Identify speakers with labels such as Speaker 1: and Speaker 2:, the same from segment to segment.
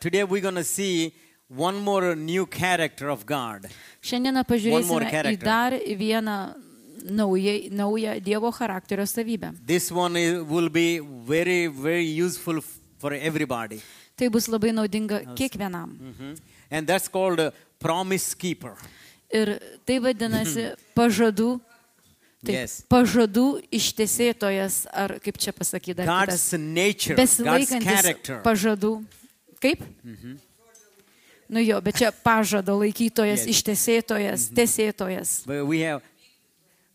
Speaker 1: Today we're going to see one more new character of God.
Speaker 2: Šiandieną
Speaker 1: more
Speaker 2: pažiūrėsime į
Speaker 1: character.
Speaker 2: dar vieną naują, naują Dievo charakterio savybę.
Speaker 1: This one i- will be very, very useful f- for everybody.
Speaker 2: Tai bus labai naudinga kiekvienam.
Speaker 1: Mhm. And that's called a promise keeper.
Speaker 2: Ir tai vadinasi pažadų.
Speaker 1: Mhm.
Speaker 2: Taip, yes.
Speaker 1: Yes.
Speaker 2: Pažadų ištesėtojas, ar kaip čia pasakyti, dar
Speaker 1: God's
Speaker 2: kitas.
Speaker 1: nature, God's
Speaker 2: Besilaikantis
Speaker 1: character. Mhm.
Speaker 2: pažadų. Kaip? Nu jo, bet čia pažado laikytojas,
Speaker 1: Yes. Mhm.
Speaker 2: ištesėtojas, tesėtojas.
Speaker 1: But we have,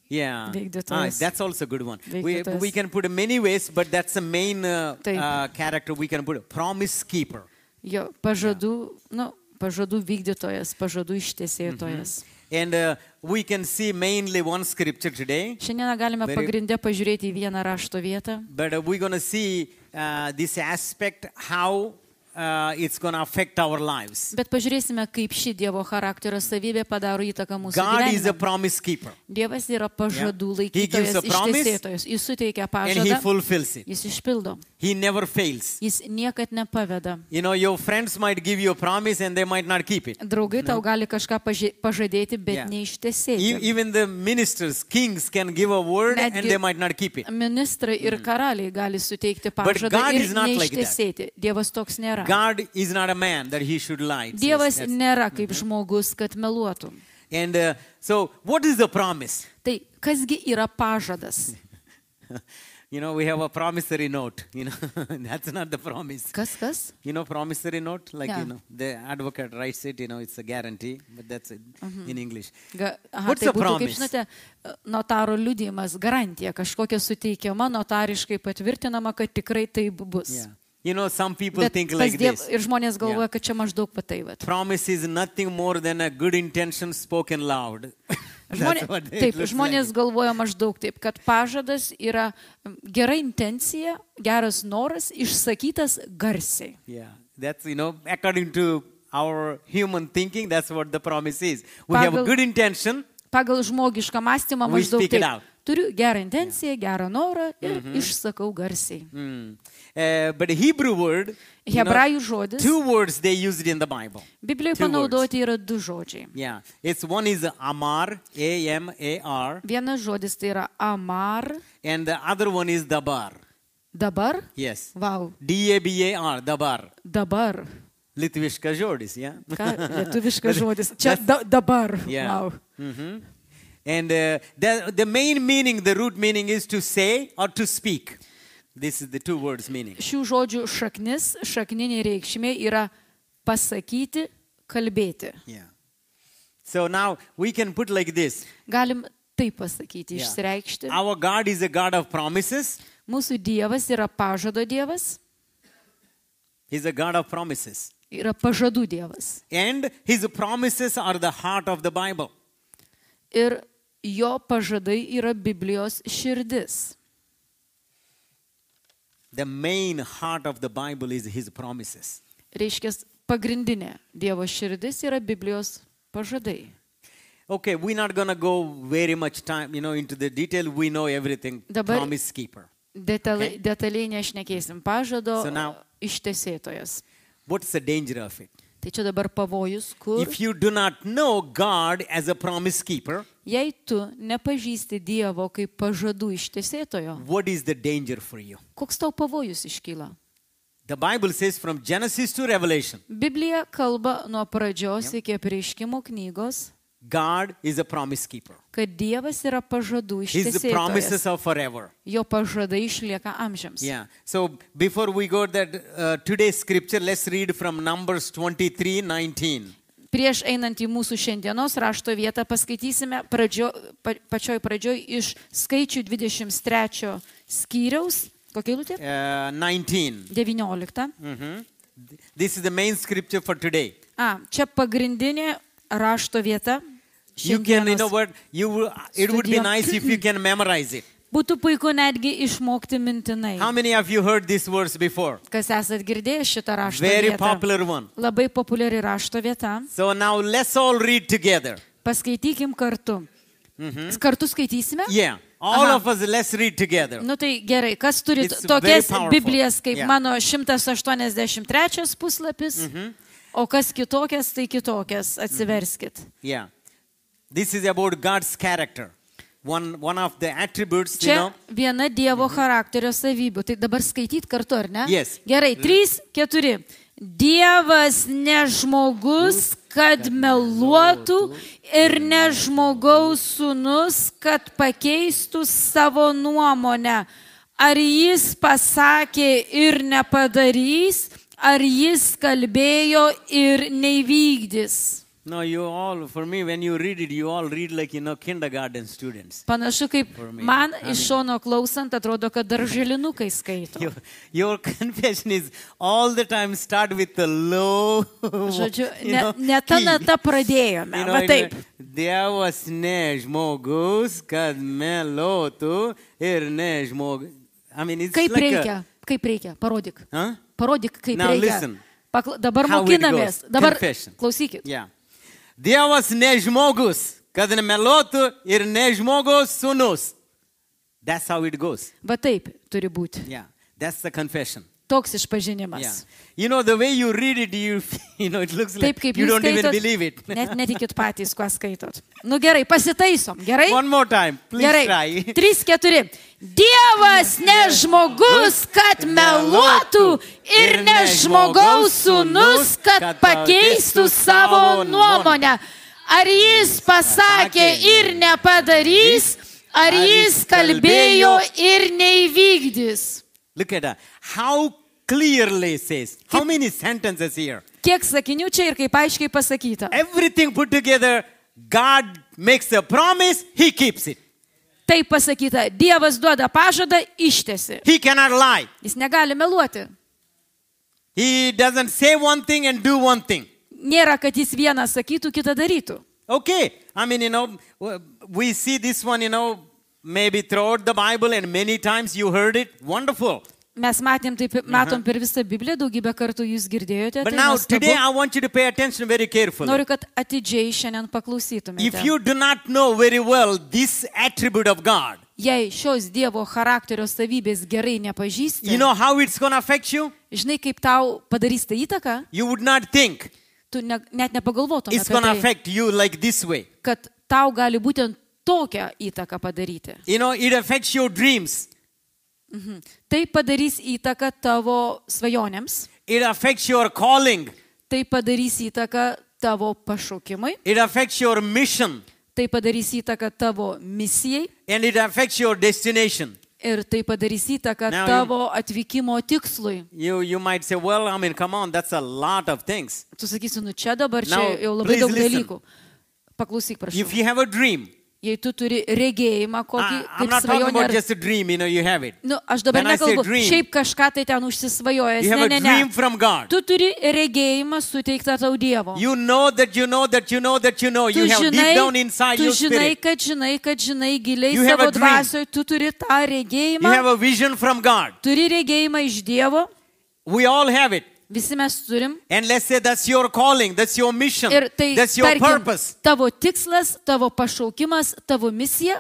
Speaker 1: yeah. Ah,
Speaker 2: Vykdytojas.
Speaker 1: that's also a good one. We,
Speaker 2: Vykdytojas.
Speaker 1: we can put many ways, but that's the main uh,
Speaker 2: Taip.
Speaker 1: uh, character we can put. Promise keeper.
Speaker 2: Jo, pažadų, nu, pažadų vykdytojas, pažadų ištesėtojas.
Speaker 1: And uh, we can see mainly one scripture today,
Speaker 2: Šiandieną galime
Speaker 1: Very-
Speaker 2: pagrindę pažiūrėti į vieną rašto vietą.
Speaker 1: but uh, we're going to see uh, this aspect how uh, it's going to affect our lives.
Speaker 2: Bet pažiūrėsime, kaip ši Dievo charakterio savybė padaro įtaką mūsų
Speaker 1: God is a
Speaker 2: gyvenimui.
Speaker 1: promise keeper,
Speaker 2: Dievas yra pažadų
Speaker 1: Yeah. He gives
Speaker 2: laikytojas,
Speaker 1: a promise,
Speaker 2: ištesėtojas. Jis suteikia
Speaker 1: and He
Speaker 2: pažadą,
Speaker 1: fulfills it.
Speaker 2: jis išpildo.
Speaker 1: He never fails.
Speaker 2: Jis niekad nepaveda.
Speaker 1: You know, your friends might give you a promise and they might not keep it.
Speaker 2: Draugai tau gali kažką paži- pažadėti, bet
Speaker 1: Yeah. E-
Speaker 2: neištesėti.
Speaker 1: Even the ministers, kings can give a word and
Speaker 2: Netgi-
Speaker 1: they might not keep it. Mm.
Speaker 2: Ministrai ir karaliai gali suteikti
Speaker 1: But
Speaker 2: pažadą
Speaker 1: God
Speaker 2: ir
Speaker 1: is not like that.
Speaker 2: neištesėti. Dievas toks nėra.
Speaker 1: God is not a man that he should lie. It says
Speaker 2: Dievas
Speaker 1: that.
Speaker 2: nėra kaip
Speaker 1: Mm-hmm.
Speaker 2: žmogus, kad meluotų.
Speaker 1: And uh, so, what is the promise?
Speaker 2: Tai kasgi yra pažadas?
Speaker 1: You know, we have a promissory note. You know, that's not the promise.
Speaker 2: Kas kas?
Speaker 1: You know, promissory note, like you
Speaker 2: Yeah.
Speaker 1: know, the advocate writes it. You know, it's a guarantee, but that's it
Speaker 2: Mm-hmm.
Speaker 1: in English.
Speaker 2: Ga, aha,
Speaker 1: What's
Speaker 2: tai
Speaker 1: a
Speaker 2: būtų, kaip
Speaker 1: promise?
Speaker 2: žinote, notaro liudijimas, garantija kažkokia suteikiama, notariškai patvirtinama, kad tikrai taip bus.
Speaker 1: Yeah. You know, some people
Speaker 2: Bet
Speaker 1: think
Speaker 2: pas
Speaker 1: like
Speaker 2: diev,
Speaker 1: this.
Speaker 2: ir žmonės
Speaker 1: Yeah.
Speaker 2: galvoja, kad čia maždaug tai pataivat.
Speaker 1: Promise is nothing more than a good intention spoken loud. that's
Speaker 2: Žmonė,
Speaker 1: what it
Speaker 2: taip,
Speaker 1: looks
Speaker 2: žmonės
Speaker 1: like.
Speaker 2: galvoja maždaug taip, kad pažadas yra mm, gera intencija, geras noras išsakytas garsiai.
Speaker 1: Yeah, that's you know, according to our human thinking, that's what the promise is. We have a
Speaker 2: Pagal-
Speaker 1: good intention.
Speaker 2: Pagal žmogišką mąstymą
Speaker 1: We
Speaker 2: maždaug
Speaker 1: speak it
Speaker 2: taip.
Speaker 1: out. Mhm.
Speaker 2: Turiu gerą intenciją, gerą norą ir išsakau garsiai.
Speaker 1: Mm. Uh, but the Hebrew word, you know,
Speaker 2: Hebrajų žodis.
Speaker 1: two words they used in the Bible.
Speaker 2: Biblijoje
Speaker 1: two words.
Speaker 2: panaudoti yra du žodžiai.
Speaker 1: Yeah, it's one is amar, a m a r,
Speaker 2: Vienas žodis tai yra amar,
Speaker 1: and the other one is dabar.
Speaker 2: dabar,
Speaker 1: Yes,
Speaker 2: wow,
Speaker 1: d a b a r, dabar.
Speaker 2: dabar.
Speaker 1: Litviškas žodis, yeah.
Speaker 2: Ką lietuviškas žodis? Čia da, dabar.
Speaker 1: Yeah.
Speaker 2: Wow.
Speaker 1: hmm And uh, the, the main meaning, the root meaning is to say or to speak. This is the two words meaning.
Speaker 2: Šių žodžių šaknis, šakninė reikšmė yra pasakyti, kalbėti.
Speaker 1: Yeah. So now we can put like this.
Speaker 2: Galim taip pasakyti,
Speaker 1: Yeah.
Speaker 2: išreikšti.
Speaker 1: Our God is a God of promises.
Speaker 2: Mūsų Dievas yra pažado Dievas,
Speaker 1: He's a God of promises.
Speaker 2: yra pažadų Dievas.
Speaker 1: And his promises are the heart of the Bible.
Speaker 2: Ir jo pažadai yra Biblijos širdis.
Speaker 1: The main heart of the Bible is his promises.
Speaker 2: Reiškia, pagrindinė Dievo širdis yra Biblijos pažadai.
Speaker 1: Okay, we're not going to go very much time, you know, into the detail. We know everything.
Speaker 2: Dabar-
Speaker 1: Promise keeper. Okay.
Speaker 2: Detaliai, detaliai nešnekėsim pažado
Speaker 1: So now-
Speaker 2: ištesėtojas.
Speaker 1: What's the danger of it?
Speaker 2: Tai čia dabar pavojus, kur
Speaker 1: If you do not know God as a promise keeper,
Speaker 2: jei tu nepažįsti Dievo kaip pažadų ištesėtojo,
Speaker 1: what is the danger for you?
Speaker 2: koks tau pavojus iškyla?
Speaker 1: The Bible says from Genesis to Revelation,
Speaker 2: Biblija kalba nuo pradžios iki prieškimo knygos,
Speaker 1: God is a promise keeper.
Speaker 2: kad Dievas yra pažadų
Speaker 1: His
Speaker 2: ištesėtojas.
Speaker 1: promises are forever.
Speaker 2: Jo pažadai išlieka amžiams.
Speaker 1: Yeah. So before we go that uh, today's scripture, let's read from Numbers 23, 19.
Speaker 2: Prieš einant į mūsų šiandienos rašto vietą paskaitysime pradžio, pa, pačioj pradžioj iš skaičių 23 skyriaus, kokia eilutė?
Speaker 1: Uh, 19.
Speaker 2: 19.
Speaker 1: Mhm. Th- This is the main scripture for today.
Speaker 2: A, čia pagrindinė rašto vieta.
Speaker 1: You can, you know
Speaker 2: šiandienos.
Speaker 1: what, you, will- it would be
Speaker 2: Studio.
Speaker 1: nice if you can memorize it.
Speaker 2: Būtų puiku netgi išmokti mintinai.
Speaker 1: How many of you heard this verse before?
Speaker 2: Kas esat girdėję šitą rašto
Speaker 1: Very
Speaker 2: vietą?
Speaker 1: popular one.
Speaker 2: Labai populiari rašto vieta.
Speaker 1: So now let's all read together. Mhm.
Speaker 2: Paskaitykim kartu. Kartu skaitysime?
Speaker 1: Yeah, All
Speaker 2: Aha.
Speaker 1: of us, let's read together.
Speaker 2: Nu tai gerai, kas turi
Speaker 1: It's
Speaker 2: t- tokias
Speaker 1: very powerful.
Speaker 2: Biblijas kaip
Speaker 1: Yeah.
Speaker 2: yeah. mano 183 puslapis, mm
Speaker 1: Mm-hmm.
Speaker 2: -hmm. o kas kitokias, tai kitokias, atsiverskit.
Speaker 1: Yeah. This is about God's character. One, one of the attributes, you
Speaker 2: Čia
Speaker 1: know.
Speaker 2: viena Dievo charakterio savybių. Tai dabar skaityt kartu, ar ne?
Speaker 1: Yes.
Speaker 2: Gerai, trys, keturi. Dievas ne žmogus, Mhm. kad meluotų ir ne žmogaus sunus, kad pakeistų savo nuomonę. Ar jis pasakė ir nepadarys, ar jis kalbėjo ir neįvykdys.
Speaker 1: No, you all, for me, when you read it, you all read like, you know, kindergarten students.
Speaker 2: Panašu kaip man iš šono klausant atrodo, kad darželinukai skaito.
Speaker 1: Your, your confession is all the time start with the low.
Speaker 2: Žodžiu,
Speaker 1: you
Speaker 2: ne,
Speaker 1: know,
Speaker 2: ne ta
Speaker 1: key.
Speaker 2: nata pradėjome.
Speaker 1: You know,
Speaker 2: You know, Va
Speaker 1: in
Speaker 2: taip.
Speaker 1: a- Dievas ne žmogus, kad melotų ir ne žmogus. I mean, it's
Speaker 2: Kaip
Speaker 1: like A,
Speaker 2: reikia, kaip reikia, parodyk.
Speaker 1: huh?
Speaker 2: Parodyk, kaip
Speaker 1: Now
Speaker 2: reikia.
Speaker 1: listen.
Speaker 2: Pakla, dabar
Speaker 1: How it
Speaker 2: mokinamės.
Speaker 1: goes.
Speaker 2: Dabar
Speaker 1: Confession.
Speaker 2: klausykit.
Speaker 1: Yeah. Dievas ne žmogus, kad nemelotų ir ne žmogus sunus. That's how it goes.
Speaker 2: Va taip turi būti.
Speaker 1: Yeah. That's the confession.
Speaker 2: Toks
Speaker 1: Yeah.
Speaker 2: išpažinimas.
Speaker 1: You know, the way you read it, you, you know, it looks
Speaker 2: Taip
Speaker 1: like
Speaker 2: kaip
Speaker 1: you
Speaker 2: jūs
Speaker 1: don't even
Speaker 2: skaitot,
Speaker 1: believe it.
Speaker 2: Net netikit patys, kuo skaitot. Nu gerai, pasitaisom. Gerai.
Speaker 1: One more time. Please
Speaker 2: Gerai.
Speaker 1: try.
Speaker 2: Trys, keturi. Dievas ne žmogus, kad meluotų ir ne žmogaus sunus, kad pakeistų savo nuomonę. Ar jis pasakė ir nepadarys, ar jis kalbėjo ir neįvykdys.
Speaker 1: Look at that. How clearly it says. How many sentences here?
Speaker 2: Kiek sakinių čia ir kaip aiškiai pasakyta.
Speaker 1: Everything put together, God makes a promise, He keeps it.
Speaker 2: Taip pasakyta, Dievas duoda pažadą ištesi.
Speaker 1: He cannot lie.
Speaker 2: Jis negali meluoti.
Speaker 1: He doesn't say one thing and do one thing.
Speaker 2: Nėra, kad jis vieną sakytų, kitą darytų.
Speaker 1: Okay. I mean, you know, we see this one, you know, maybe throughout the Bible and many times you heard it. Wonderful.
Speaker 2: Mes matėm, taip, matom per visą Bibliją, daugybę kartų jūs girdėjote.
Speaker 1: But
Speaker 2: tai
Speaker 1: now,
Speaker 2: nuostabu.
Speaker 1: today, I want you to pay attention very carefully.
Speaker 2: Noriu, kad atidžiai šiandien
Speaker 1: If
Speaker 2: paklausytumėte.
Speaker 1: you do not know very well this attribute of God,
Speaker 2: Jei šios Dievo charakterio savybės gerai nepažįsti,
Speaker 1: you know how it's going to affect you?
Speaker 2: žinai, kaip tau padarys tą įtaką,
Speaker 1: You would not think
Speaker 2: tu ne, net nepagalvotum,
Speaker 1: it's going to
Speaker 2: apie tai,
Speaker 1: affect you like this way.
Speaker 2: kad tau gali būtent tokią įtaką padaryti.
Speaker 1: You know, it affects your dreams,
Speaker 2: Tai padarys įtaką tavo svajonėms,
Speaker 1: it affects your calling,
Speaker 2: tai padarys įtaką tavo pašaukimui,
Speaker 1: it affects your mission,
Speaker 2: tai padarys įtaką tavo misijai.
Speaker 1: and it affects your destination.
Speaker 2: Ir tai padarys įtaką
Speaker 1: Now you-
Speaker 2: tavo atvykimo tikslui.
Speaker 1: You, you might say, well, I mean, come on, that's a lot of things.
Speaker 2: Tu sakysi, nu čia dabar čia
Speaker 1: Now,
Speaker 2: Now, jau labai
Speaker 1: please
Speaker 2: daug
Speaker 1: listen.
Speaker 2: dalykų. Paklausyk, prašau.
Speaker 1: If you have a dream,
Speaker 2: Jei tu turi regėjimą, kokį
Speaker 1: I, I'm
Speaker 2: kaip
Speaker 1: not talking
Speaker 2: svajonę.
Speaker 1: about
Speaker 2: Ar...
Speaker 1: just a dream, you know, you have it.
Speaker 2: Nu, aš dabar
Speaker 1: when I say
Speaker 2: nekalbu,
Speaker 1: dream,
Speaker 2: šiaip kažką tai ten užsisvajojęs.
Speaker 1: You have
Speaker 2: Ne,
Speaker 1: a
Speaker 2: ne, ne.
Speaker 1: dream from God.
Speaker 2: Tu turi regėjimą suteiktą tau Dievo.
Speaker 1: You know that you know that you know that you know.
Speaker 2: Tu
Speaker 1: You have deep
Speaker 2: žinai,
Speaker 1: down inside
Speaker 2: tu
Speaker 1: your
Speaker 2: žinai,
Speaker 1: spirit.
Speaker 2: kad žinai, kad žinai giliai
Speaker 1: You have
Speaker 2: savo
Speaker 1: a dream.
Speaker 2: dvasioje, tu turi
Speaker 1: You
Speaker 2: tą
Speaker 1: have
Speaker 2: regėjimą,
Speaker 1: a vision from God.
Speaker 2: turi regėjimą iš Dievo,
Speaker 1: We all have it.
Speaker 2: visi mes turim.
Speaker 1: And let's say that's your calling, that's your mission,
Speaker 2: Ir Er, tai
Speaker 1: that's your
Speaker 2: tarkim,
Speaker 1: purpose.
Speaker 2: tavo tikslas, tavo pašaukimas, tavo misija.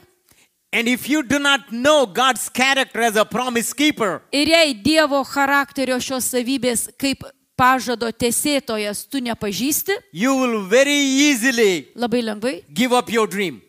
Speaker 1: And if you do not know God's character as a promise keeper,
Speaker 2: Ir jei Dievo charakterio šios savybės kaip pažado tesėtojas tu nepažįsti,
Speaker 1: you will very easily
Speaker 2: labai lengvai
Speaker 1: give up your dream.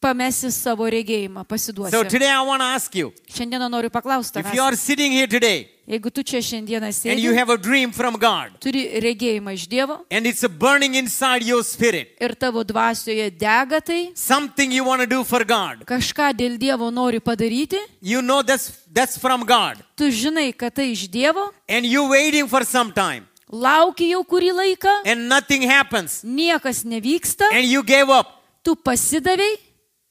Speaker 2: pamesi savo regėjimą,
Speaker 1: So
Speaker 2: pasiduosi.
Speaker 1: today I want to ask you
Speaker 2: Šiandieną noriu paklausti,
Speaker 1: if you are sitting here today
Speaker 2: jeigu tu čia šiandieną
Speaker 1: and you
Speaker 2: sėdi,
Speaker 1: have a dream from God
Speaker 2: turi regėjimą iš Dievo
Speaker 1: and it's burning inside your spirit,
Speaker 2: ir tavo dvasioje dega tai,
Speaker 1: something you want to do for God,
Speaker 2: kažką dėl Dievo nori padaryti,
Speaker 1: you know that's, that's from God
Speaker 2: tu žinai, kad tai iš Dievo,
Speaker 1: and you're waiting for some time
Speaker 2: lauki jau kurį laiką,
Speaker 1: and nothing happens
Speaker 2: niekas nevyksta,
Speaker 1: and you gave up.
Speaker 2: tu pasidavėjai,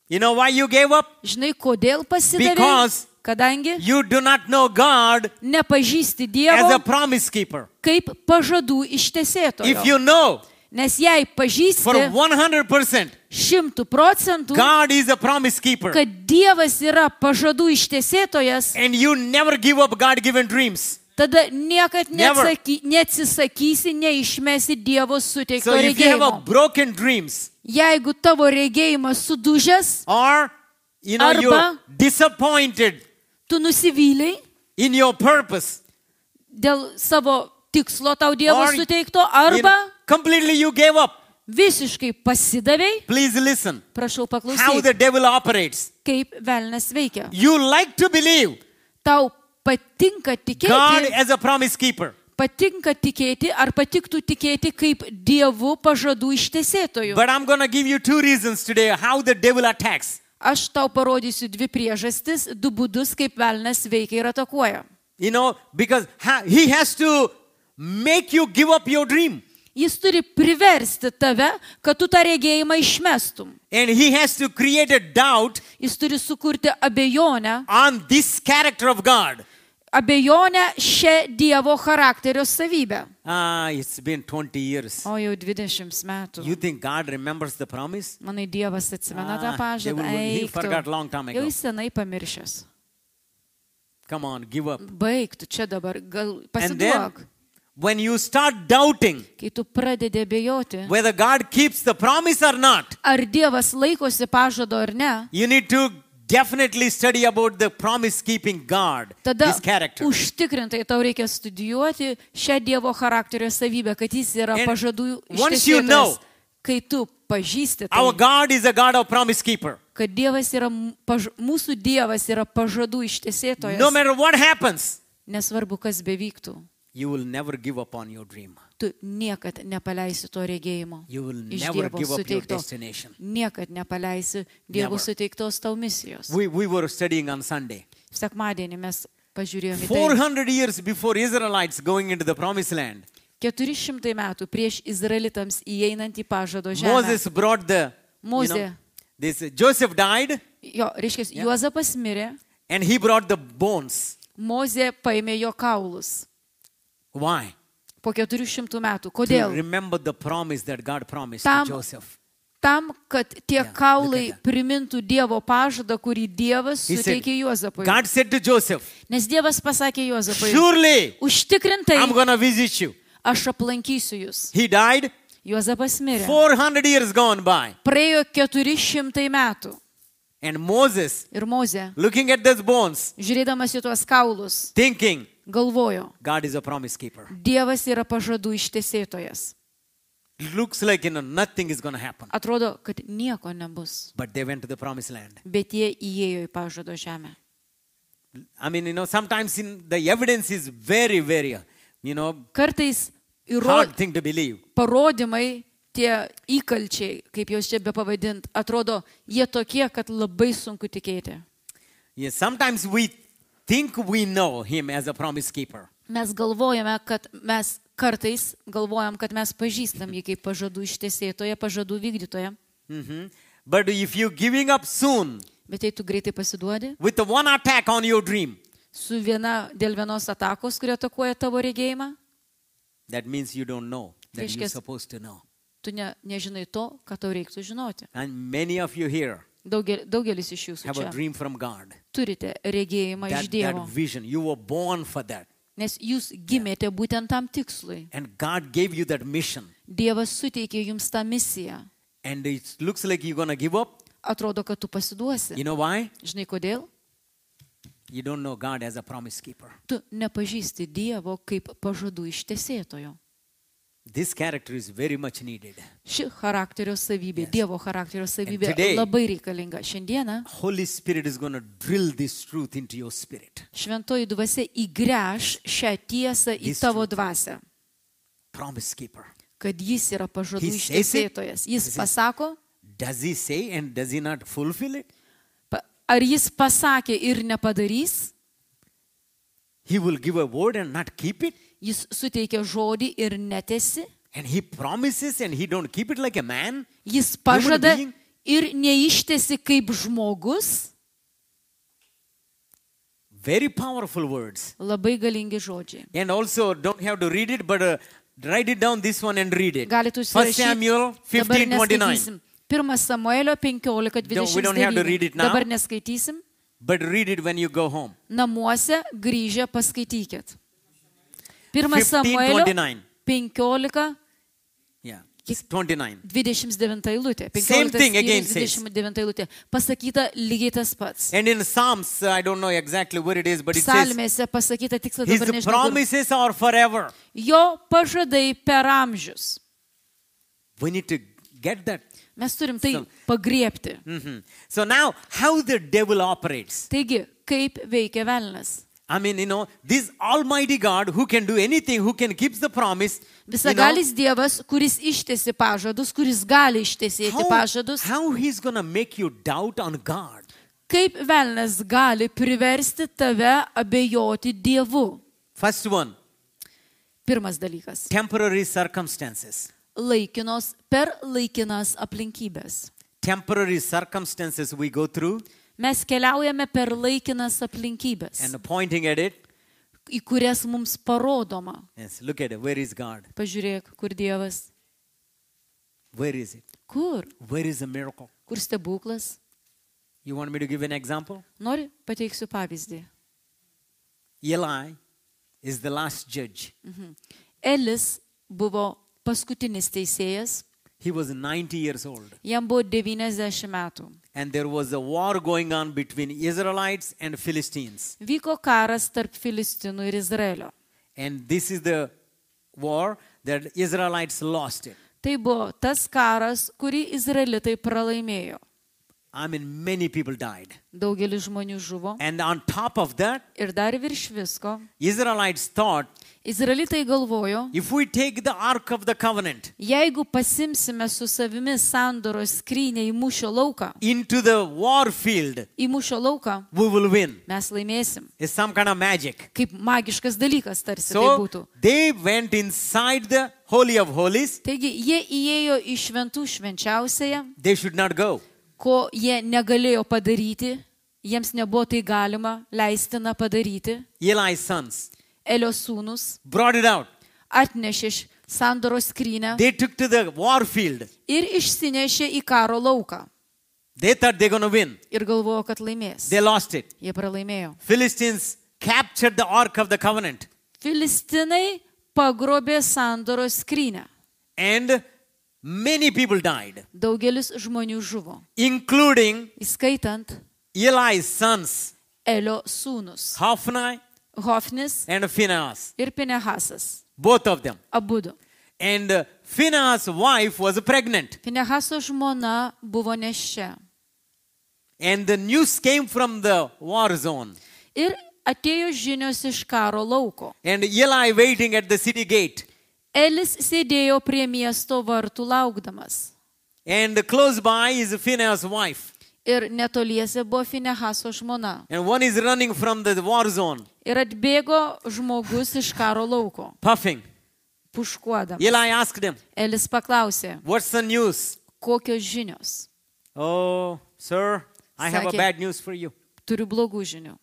Speaker 1: You know why you gave up?
Speaker 2: žinai, kodėl pasidavėjai,
Speaker 1: Because-
Speaker 2: kadangi
Speaker 1: You do not know God
Speaker 2: nepažįsti
Speaker 1: as
Speaker 2: Dievo
Speaker 1: a promise keeper.
Speaker 2: kaip pažadų
Speaker 1: If
Speaker 2: ištesėtojo.
Speaker 1: you know
Speaker 2: Nes jei
Speaker 1: for
Speaker 2: pažįsti
Speaker 1: 100%
Speaker 2: šimtų procentų,
Speaker 1: God is a promise keeper
Speaker 2: kad Dievas yra pažadų ištesėtojas,
Speaker 1: and you never give up God given dreams.
Speaker 2: tada niekad
Speaker 1: Never.
Speaker 2: neatsaky, neatsisakysi, neišmesi Dievo suteikto
Speaker 1: So if you have a
Speaker 2: regėjimo.
Speaker 1: broken dreams
Speaker 2: Jeigu tavo regėjimas sudužęs
Speaker 1: or You know, you're
Speaker 2: Arba-
Speaker 1: disappointed
Speaker 2: Tu nusivyliai
Speaker 1: in your purpose.
Speaker 2: dėl savo tikslo tau Dievo
Speaker 1: Or,
Speaker 2: suteikto
Speaker 1: you
Speaker 2: arba
Speaker 1: know, completely you gave up.
Speaker 2: visiškai pasidavėjai.
Speaker 1: Please listen
Speaker 2: Prašau
Speaker 1: how the
Speaker 2: paklausyti,
Speaker 1: devil operates.
Speaker 2: kaip velnes veikia.
Speaker 1: You like to believe
Speaker 2: Tau patinka
Speaker 1: God
Speaker 2: tikėti,
Speaker 1: as a promise keeper.
Speaker 2: patinka tikėti ar patiktų tikėti kaip Dievu pažadų ištesėtoju.
Speaker 1: But I'm going to give you two reasons today how the devil attacks.
Speaker 2: Aš tau parodysiu dvi priežastis, du būdus, kaip velnes veikia ir atakuoja.
Speaker 1: You know, because ha- he has to make you give up your dream.
Speaker 2: Jis turi priversti tave, kad tu tą regėjimą išmestum.
Speaker 1: And he has to create a doubt
Speaker 2: Jis turi sukurti abejonę,
Speaker 1: on this character of God.
Speaker 2: abejonę šią Dievo charakterio savybę.
Speaker 1: Ah, it's been 20 years.
Speaker 2: O jau 20 metų.
Speaker 1: You think God remembers the promise?
Speaker 2: Manai Dievas atsimena tą
Speaker 1: Ah,
Speaker 2: pažadą.
Speaker 1: devil- he
Speaker 2: Eik tu.
Speaker 1: forgot long time ago.
Speaker 2: Jau jis senai pamiršęs.
Speaker 1: Come on, give up.
Speaker 2: Baigtų čia dabar, gal
Speaker 1: And then,
Speaker 2: pasiduok.
Speaker 1: when you start doubting
Speaker 2: Kai tu pradedi abejoti,
Speaker 1: whether God keeps the promise or not,
Speaker 2: ar Dievas laikosi pažado ar ne,
Speaker 1: you need to definitely study about the promise keeping God,
Speaker 2: tada
Speaker 1: his character.
Speaker 2: užtikrintai tau reikia studijuoti šią Dievo charakterio savybę, kad jis yra
Speaker 1: And
Speaker 2: pažadų
Speaker 1: once you know-
Speaker 2: ištesėtojas. Kai tu pažįsti, tai,
Speaker 1: Our God is a God of promise keeper.
Speaker 2: kad Dievas yra, m- paž, mūsų Dievas yra pažadų ištesėtojas,
Speaker 1: No matter what happens,
Speaker 2: nesvarbu kas bevyktų,
Speaker 1: you will never give up on your dream.
Speaker 2: tu niekad nepaleisi to regėjimo.
Speaker 1: You will
Speaker 2: iš
Speaker 1: never
Speaker 2: Dievo
Speaker 1: give up your
Speaker 2: suteikto.
Speaker 1: destination.
Speaker 2: Niekad nepaleisi Dievo
Speaker 1: Never.
Speaker 2: suteiktos tau misijos.
Speaker 1: We, we were studying on Sunday.
Speaker 2: Sekmadienį mes pažiūrėjome. į Tai
Speaker 1: 400 years before Israelites going into the promised land,
Speaker 2: 400 metų prieš izraelitams įeinant į pažado žemę.
Speaker 1: Moses brought the you know,
Speaker 2: Mozė.
Speaker 1: this Joseph died
Speaker 2: Jo, reiškia,
Speaker 1: Yeah.
Speaker 2: Juozapas mirė,
Speaker 1: and he brought the bones.
Speaker 2: Mozė paėmė jo kaulus
Speaker 1: Why?
Speaker 2: po 400 metų.
Speaker 1: To
Speaker 2: Kodėl?
Speaker 1: remember the promise that God promised
Speaker 2: Tam-
Speaker 1: to Joseph.
Speaker 2: Tam, kad tie
Speaker 1: look at
Speaker 2: kaulai
Speaker 1: that.
Speaker 2: primintų Dievo pažadą, kurį Dievas
Speaker 1: He said,
Speaker 2: suteikė Juozapui.
Speaker 1: God said to Joseph,
Speaker 2: Nes Dievas pasakė Juozapui,
Speaker 1: Surely
Speaker 2: užtikrintai
Speaker 1: I'm going to visit you.
Speaker 2: aš aplankysiu jūs.
Speaker 1: He died.
Speaker 2: Juozapas mirė.
Speaker 1: 400 years gone by.
Speaker 2: Praėjo 400 metų
Speaker 1: And Moses,
Speaker 2: ir Mozė,
Speaker 1: looking at those bones,
Speaker 2: žiūrėdamas į tuos kaulus,
Speaker 1: thinking,
Speaker 2: galvojo,
Speaker 1: God is a promise keeper.
Speaker 2: Dievas yra pažadų ištesėtojas.
Speaker 1: Looks like you know, nothing is going to happen.
Speaker 2: Atrodo, kad nieko nebus,
Speaker 1: But they went to the promised land.
Speaker 2: bet jie įėjo į pažado žemę.
Speaker 1: I mean, you know, sometimes in the evidence is very, very, you know,
Speaker 2: Kartais įro...
Speaker 1: hard thing to believe.
Speaker 2: parodymai, tie įkalčiai, kaip juos čia be pavadint, atrodo, jie tokie, kad labai sunku tikėti.
Speaker 1: Yes, sometimes we think we know him as a promise keeper.
Speaker 2: Mes galvojame, kad mes kartais galvojam, kad mes pažįstam jį kaip pažadų ištesėtoje, pažadų vykdytoje.
Speaker 1: Mhm. But if you're giving up soon
Speaker 2: Bet jei tu greitai pasiduodi,
Speaker 1: with the one attack on your dream,
Speaker 2: su viena dėl vienos atakos, kurie atakuoja tavo regėjimą,
Speaker 1: that means you don't know that you're
Speaker 2: Reiškias-
Speaker 1: supposed to know.
Speaker 2: tu ne, nežinai to, ką tau reiktų žinoti.
Speaker 1: And many of you here
Speaker 2: Daugel, daugelis iš jūsų
Speaker 1: have a
Speaker 2: čia
Speaker 1: dream from God.
Speaker 2: turite regėjimą iš
Speaker 1: That, that
Speaker 2: Dievo,
Speaker 1: vision, you were born for that.
Speaker 2: nes jūs gimėte būtent tam tikslui.
Speaker 1: And God gave you that mission.
Speaker 2: Dievas suteikė jums tą misiją.
Speaker 1: And it looks like you're going to give up.
Speaker 2: Atrodo, kad tu
Speaker 1: You
Speaker 2: pasiduosi.
Speaker 1: know why?
Speaker 2: Žinai kodėl?
Speaker 1: You don't know God as a promise keeper.
Speaker 2: Tu nepažįsti Dievo kaip pažadų ištesėtojo.
Speaker 1: This character is very much needed.
Speaker 2: Ši charakterio savybė,
Speaker 1: Yes.
Speaker 2: Dievo charakterio savybė
Speaker 1: today-
Speaker 2: labai reikalinga. Šiandieną
Speaker 1: Holy Spirit is going to drill this truth into your spirit.
Speaker 2: Šventoji dvasia įgręš šią tiesą į
Speaker 1: Jis
Speaker 2: tavo dvasę,
Speaker 1: Promise keeper.
Speaker 2: kad jis yra pažadų
Speaker 1: He says it.
Speaker 2: ištesėtojas. Jis
Speaker 1: He says-
Speaker 2: pasako,
Speaker 1: Does he say and does he not fulfill it?
Speaker 2: pa- ar jis pasakė ir nepadarys,
Speaker 1: He will give a word and not keep it.
Speaker 2: jis suteikia žodį ir netesi,
Speaker 1: And he promises and he don't keep it like a man.
Speaker 2: jis pažada
Speaker 1: being.
Speaker 2: ir neištesi kaip žmogus.
Speaker 1: Very powerful words.
Speaker 2: Labai galingi žodžiai.
Speaker 1: And also don't have to read it, but uh, write it down this one and read it.
Speaker 2: Galite
Speaker 1: 1
Speaker 2: užsirašyti.
Speaker 1: Samuel
Speaker 2: Dabar
Speaker 1: 15, 29.
Speaker 2: neskaitysim. Pirmas Samuelio 15,
Speaker 1: we don't have to read it
Speaker 2: 29.
Speaker 1: now.
Speaker 2: Dabar neskaitysim.
Speaker 1: But read it when you go home.
Speaker 2: Namuose grįžę paskaitykit.
Speaker 1: 15,
Speaker 2: Pirmas Samuelio
Speaker 1: 29.
Speaker 2: 15,
Speaker 1: Yeah. 29.
Speaker 2: 29 eilutė.
Speaker 1: Same
Speaker 2: 15
Speaker 1: thing again
Speaker 2: skyrius,
Speaker 1: says.
Speaker 2: 29 eilutė. Pasakyta lygiai tas pats.
Speaker 1: And in Psalms, uh, I don't know exactly where it is, but it says,
Speaker 2: Psalmėse pasakyta tiksliai
Speaker 1: His
Speaker 2: dabar nežinau. kur.
Speaker 1: promises are forever.
Speaker 2: Jo pažadai per amžius.
Speaker 1: We need to get that.
Speaker 2: Mes turim tai
Speaker 1: So-
Speaker 2: pagriepti.
Speaker 1: Mhm. So now, how the devil operates.
Speaker 2: Taigi, kaip veikia velnas?
Speaker 1: I mean, you know, this Almighty God who can do anything, who can keep the promise. you know,
Speaker 2: Visagalis Dievas, kuris ištesi pažadus, kuris gali ištesėti
Speaker 1: how,
Speaker 2: pažadus,
Speaker 1: how he's going to make you doubt on God.
Speaker 2: kaip velnas gali priversti tave abejoti Dievu?
Speaker 1: First one,
Speaker 2: Pirmas dalykas
Speaker 1: temporary circumstances.
Speaker 2: - laikinos per laikinas aplinkybės.
Speaker 1: Temporary circumstances we go through
Speaker 2: Mes keliaujame per laikinas aplinkybės,
Speaker 1: and pointing at it.
Speaker 2: į kurias mums parodoma.
Speaker 1: Yes, look at it. Where is God?
Speaker 2: Pažiūrėk, kur Dievas,
Speaker 1: Where is it?
Speaker 2: kur,
Speaker 1: Where is the miracle?
Speaker 2: kur stebuklas.
Speaker 1: You want me to give an example?
Speaker 2: Nori, pateiksiu pavyzdį.
Speaker 1: Eli is the last judge.
Speaker 2: Mhm. Elis buvo paskutinis teisėjas,
Speaker 1: He was 90 years old.
Speaker 2: jam buvo 90 metų.
Speaker 1: And there was a war going on between Israelites and Philistines.
Speaker 2: Vyko karas tarp Filistinų ir Izraelio.
Speaker 1: And this is the war that Israelites lost it.
Speaker 2: Tai buvo tas karas, kurį Izraelitai pralaimėjo.
Speaker 1: I mean, many people died.
Speaker 2: Daugelis žmonių žuvo.
Speaker 1: And on top of that,
Speaker 2: Ir dar virš visko,
Speaker 1: Israelites thought
Speaker 2: Izraelitai galvojo,
Speaker 1: if we take the Ark of the Covenant
Speaker 2: jeigu pasimsime su savimi sandoros skrynę į mūšio lauką,
Speaker 1: into the war field,
Speaker 2: į mūšio lauką
Speaker 1: we will win.
Speaker 2: mes laimėsim.
Speaker 1: It's some kind of magic.
Speaker 2: Kaip magiškas dalykas tarsi so, tai
Speaker 1: So
Speaker 2: būtų.
Speaker 1: they went inside the Holy of Holies.
Speaker 2: Taigi jie įėjo į šventų švenčiausiąją,
Speaker 1: They should not go.
Speaker 2: ko jie negalėjo padaryti, jiems nebuvo tai galima, leistina padaryti.
Speaker 1: Eli's sons
Speaker 2: Elio sūnus
Speaker 1: brought it out.
Speaker 2: atnešė iš sandoros skrynę
Speaker 1: They took to the war field.
Speaker 2: ir išsinešė į karo lauką
Speaker 1: They thought they're going to win.
Speaker 2: ir galvojo, kad laimės.
Speaker 1: They lost it.
Speaker 2: Jie pralaimėjo.
Speaker 1: Philistines captured the Ark of the Covenant
Speaker 2: Filistinai pagrobė sandoros skrynę.
Speaker 1: and many people died,
Speaker 2: Daugelis žmonių žuvo,
Speaker 1: including
Speaker 2: įskaitant
Speaker 1: Eli's sons,
Speaker 2: Elio sūnus
Speaker 1: Hophni
Speaker 2: Hofnis
Speaker 1: and Phinehas,
Speaker 2: ir Pinehasas.
Speaker 1: both of them.
Speaker 2: Abudu.
Speaker 1: And uh, Phinehas' wife was pregnant.
Speaker 2: Pinehaso žmona buvo nešia.
Speaker 1: And the news came from the war zone.
Speaker 2: Ir atėjo žinios iš karo lauko.
Speaker 1: And Eli waiting at the city gate.
Speaker 2: Elis sėdėjo prie miesto vartų laukdamas.
Speaker 1: And close by is Phinehas' wife.
Speaker 2: Ir netoliese buvo Finehaso žmona.
Speaker 1: And one is running from the war zone,
Speaker 2: Ir atbėgo žmogus iš karo lauko,
Speaker 1: puffing.
Speaker 2: puškuodamas.
Speaker 1: Eli asked him,
Speaker 2: Elis paklausė,
Speaker 1: What's the news?
Speaker 2: kokios žinios?
Speaker 1: Oh, sir, I have a
Speaker 2: Sakė-
Speaker 1: bad news for you.
Speaker 2: Turiu blogų žinių.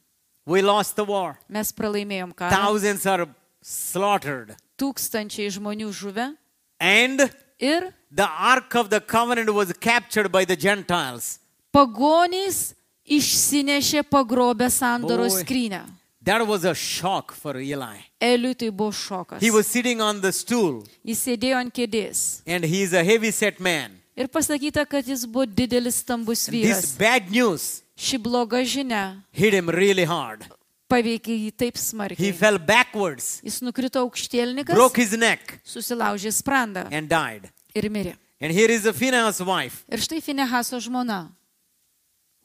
Speaker 1: We lost the war.
Speaker 2: Mes pralaimėjom karą.
Speaker 1: Thousands are slaughtered.
Speaker 2: Tūkstančiai žmonių žuvę.
Speaker 1: And
Speaker 2: Ir
Speaker 1: the Ark of the Covenant was captured by the Gentiles.
Speaker 2: pagonys išsinešė pagrobę sandoros
Speaker 1: Oi.
Speaker 2: skrynę.
Speaker 1: That was a shock for Eli.
Speaker 2: Eliui tai buvo šokas.
Speaker 1: He was sitting on the stool,
Speaker 2: Jis sėdėjo ant kėdės.
Speaker 1: and he is a heavy set man.
Speaker 2: Ir pasakyta, kad jis buvo didelis stambus
Speaker 1: And this
Speaker 2: vyras.
Speaker 1: bad news
Speaker 2: Ši bloga žinia
Speaker 1: hit him really hard.
Speaker 2: paveikė jį taip
Speaker 1: He
Speaker 2: smarkiai.
Speaker 1: fell backwards,
Speaker 2: Jis nukrito
Speaker 1: broke
Speaker 2: aukštielnikas,
Speaker 1: his neck,
Speaker 2: susilaužė sprandą
Speaker 1: and died.
Speaker 2: ir mirė.
Speaker 1: And here is a Phinehas wife
Speaker 2: Ir štai Finehaso žmona,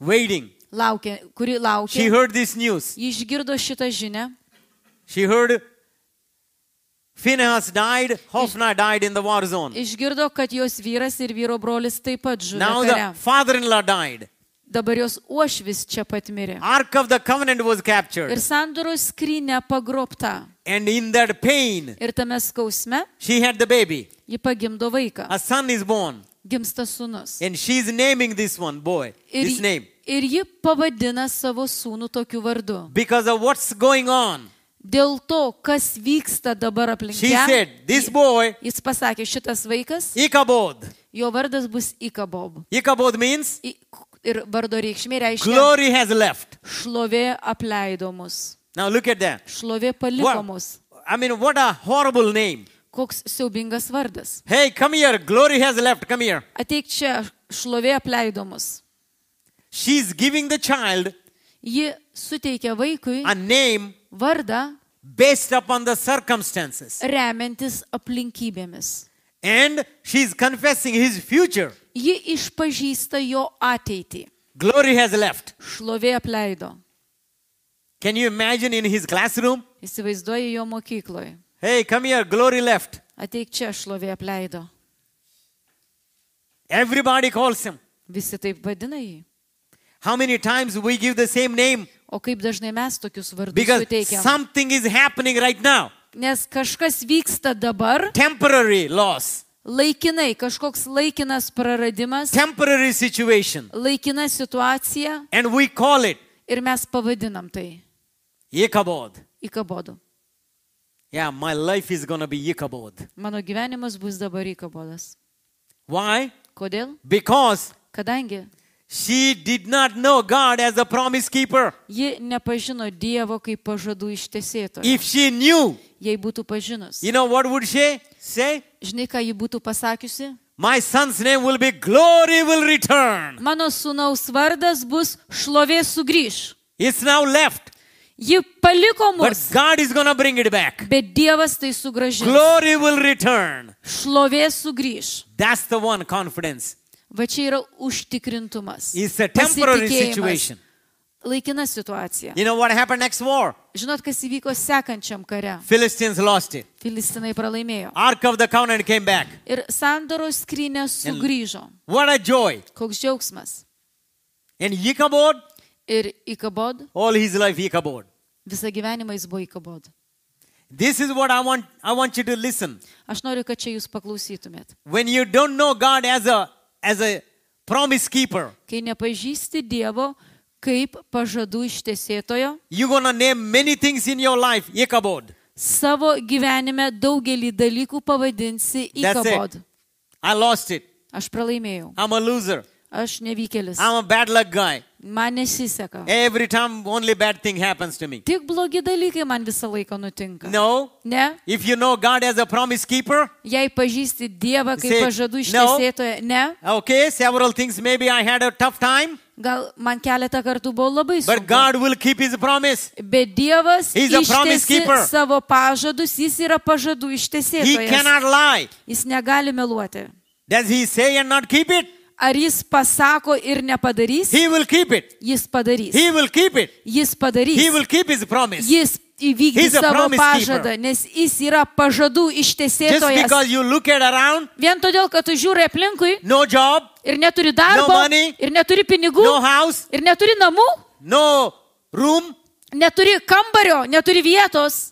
Speaker 1: waiting.
Speaker 2: laukė, kuri
Speaker 1: She
Speaker 2: laukė,
Speaker 1: heard this news.
Speaker 2: ji išgirdo šitą žinę,
Speaker 1: She heard Phinehas died, Hophni died in the war zone.
Speaker 2: išgirdo, kad jos vyras ir vyro brolis taip pat
Speaker 1: Now
Speaker 2: žudė.
Speaker 1: the father in law died.
Speaker 2: Dabar jos uošvis čia pat mirė.
Speaker 1: Ark of the covenant was
Speaker 2: Ir
Speaker 1: captured.
Speaker 2: sandoros skrynė pagrobta.
Speaker 1: And in that pain,
Speaker 2: Ir tame skausme
Speaker 1: she had the baby.
Speaker 2: ji pagimdo vaiką.
Speaker 1: A son is born.
Speaker 2: Gimsta sunus.
Speaker 1: And she's naming this one boy, his name.
Speaker 2: ir ji pavadina savo sūnų tokiu vardu.
Speaker 1: Because of what's going on.
Speaker 2: Dėl to, kas vyksta dabar aplink
Speaker 1: She
Speaker 2: ją,
Speaker 1: said, This boy,
Speaker 2: jis pasakė, šitas vaikas,
Speaker 1: Ichabod.
Speaker 2: jo vardas bus Ikabob.
Speaker 1: Ichabod means
Speaker 2: I- Ir vardo reikšmė reiškia,
Speaker 1: glory has left.
Speaker 2: šlovė apleido mus,
Speaker 1: Now look at that.
Speaker 2: šlovė paliko
Speaker 1: What,
Speaker 2: mus.
Speaker 1: I mean, what a horrible name.
Speaker 2: koks siaubingas vardas.
Speaker 1: Hey, come here. Glory has left. Come here.
Speaker 2: Ateik čia šlovė apleidomus.
Speaker 1: She's giving the child
Speaker 2: Ji suteikia vaikui
Speaker 1: a name
Speaker 2: vardą
Speaker 1: based upon the circumstances.
Speaker 2: remiantis aplinkybėmis.
Speaker 1: And she's confessing his future.
Speaker 2: Ji išpažįsta jo ateitį.
Speaker 1: Glory has left.
Speaker 2: Šlovė apleido.
Speaker 1: Can you imagine in his classroom?
Speaker 2: Įsivaizduoji jo mokykloje.
Speaker 1: Hey, come here. Glory left.
Speaker 2: Ateik čia šlovė apleido.
Speaker 1: Everybody calls him.
Speaker 2: Visi taip vadina jį.
Speaker 1: How many times we give the same name?
Speaker 2: O kaip dažnai mes tokius vardus
Speaker 1: Because
Speaker 2: suteikiam?
Speaker 1: something is happening right now.
Speaker 2: Nes kažkas vyksta dabar,
Speaker 1: Temporary loss,
Speaker 2: laikinai, kažkoks laikinas praradimas,
Speaker 1: temporary situation.
Speaker 2: laikina situacija
Speaker 1: And we call it
Speaker 2: ir mes pavadinam tai
Speaker 1: Ichabod.
Speaker 2: įkabodu.
Speaker 1: Yeah, my life is going to be Ichabod.
Speaker 2: Mano gyvenimas bus dabar įkabodas.
Speaker 1: Why?
Speaker 2: Kodėl?
Speaker 1: Because
Speaker 2: Kadangi
Speaker 1: she did not know God as a promise keeper.
Speaker 2: ji nepažino Dievo kaip pažadų ištesėtojo.
Speaker 1: If she knew,
Speaker 2: Jei būtų pažinus.
Speaker 1: you know what would she say?
Speaker 2: Žinai, ką ji būtų pasakiusi?
Speaker 1: My son's name will be glory will return.
Speaker 2: Mano sūnaus vardas bus šlovė sugrįž.
Speaker 1: It's now left,
Speaker 2: Ji paliko
Speaker 1: but
Speaker 2: mus,
Speaker 1: God is going to bring it back.
Speaker 2: bet Dievas tai sugražins.
Speaker 1: Glory will return.
Speaker 2: Šlovė sugrįž.
Speaker 1: That's the one confidence.
Speaker 2: Va čia yra užtikrintumas.
Speaker 1: It's a temporary
Speaker 2: Pasitikėjimas.
Speaker 1: situation.
Speaker 2: Laikina situacija.
Speaker 1: You know what happened next war?
Speaker 2: Žinot, kas įvyko sekančiam kare?
Speaker 1: Philistines lost it.
Speaker 2: Filistinai pralaimėjo.
Speaker 1: Ark of the Covenant came back.
Speaker 2: Ir sandoros skrynė sugrįžo.
Speaker 1: What a joy.
Speaker 2: Koks džiaugsmas.
Speaker 1: And Ichabod,
Speaker 2: Ir įkabod,
Speaker 1: all his life Ichabod.
Speaker 2: visą gyvenimą jis buvo įkabod.
Speaker 1: This is what I want I want you to listen.
Speaker 2: Aš noriu, kad čia jūs paklausytumėt.
Speaker 1: When you don't know God as a as a promise keeper,
Speaker 2: Kai nepažįsti Dievo kaip pažadų ištesėtojo,
Speaker 1: you're gonna name many things in your life Ichabod.
Speaker 2: savo gyvenime daugelį dalykų pavadinsi
Speaker 1: That's
Speaker 2: įkabod.
Speaker 1: it. I lost it.
Speaker 2: Aš pralaimėjau.
Speaker 1: I'm a loser.
Speaker 2: Aš nevykėlis.
Speaker 1: I'm a bad luck guy.
Speaker 2: Man nesiseka.
Speaker 1: Every time only bad thing happens to me.
Speaker 2: Tik blogi dalykai man visą laiką nutinka.
Speaker 1: No.
Speaker 2: Ne?
Speaker 1: If you know God as a promise keeper,
Speaker 2: Jei pažįsti Dievą kaip
Speaker 1: Say,
Speaker 2: pažadų
Speaker 1: no.
Speaker 2: ištesėtoje, ne?
Speaker 1: okay, several things maybe I had a tough time,
Speaker 2: Gal man keletą kartų buvo labai
Speaker 1: but
Speaker 2: sunku.
Speaker 1: God will keep his promise.
Speaker 2: Bet Dievas
Speaker 1: He's a promise
Speaker 2: ištesi
Speaker 1: keeper.
Speaker 2: savo pažadus, jis yra pažadų
Speaker 1: He
Speaker 2: ištesėtojas.
Speaker 1: cannot lie.
Speaker 2: Jis negali meluoti.
Speaker 1: Does he say and not keep it?
Speaker 2: Ar jis pasako ir nepadarys?
Speaker 1: He will keep it.
Speaker 2: Jis padarys.
Speaker 1: He will keep it.
Speaker 2: Jis
Speaker 1: He
Speaker 2: padarys.
Speaker 1: will keep his promise.
Speaker 2: Jis įvykdys
Speaker 1: He's a
Speaker 2: savo
Speaker 1: promise
Speaker 2: pažadą, nes jis yra pažadų
Speaker 1: Just
Speaker 2: ištesėtojas.
Speaker 1: because you look at around,
Speaker 2: Vien todėl, kad tu žiūri aplinkui
Speaker 1: no job,
Speaker 2: ir neturi darbo,
Speaker 1: money,
Speaker 2: ir neturi pinigų,
Speaker 1: no house,
Speaker 2: ir neturi namų,
Speaker 1: no room,
Speaker 2: neturi kambario, neturi vietos.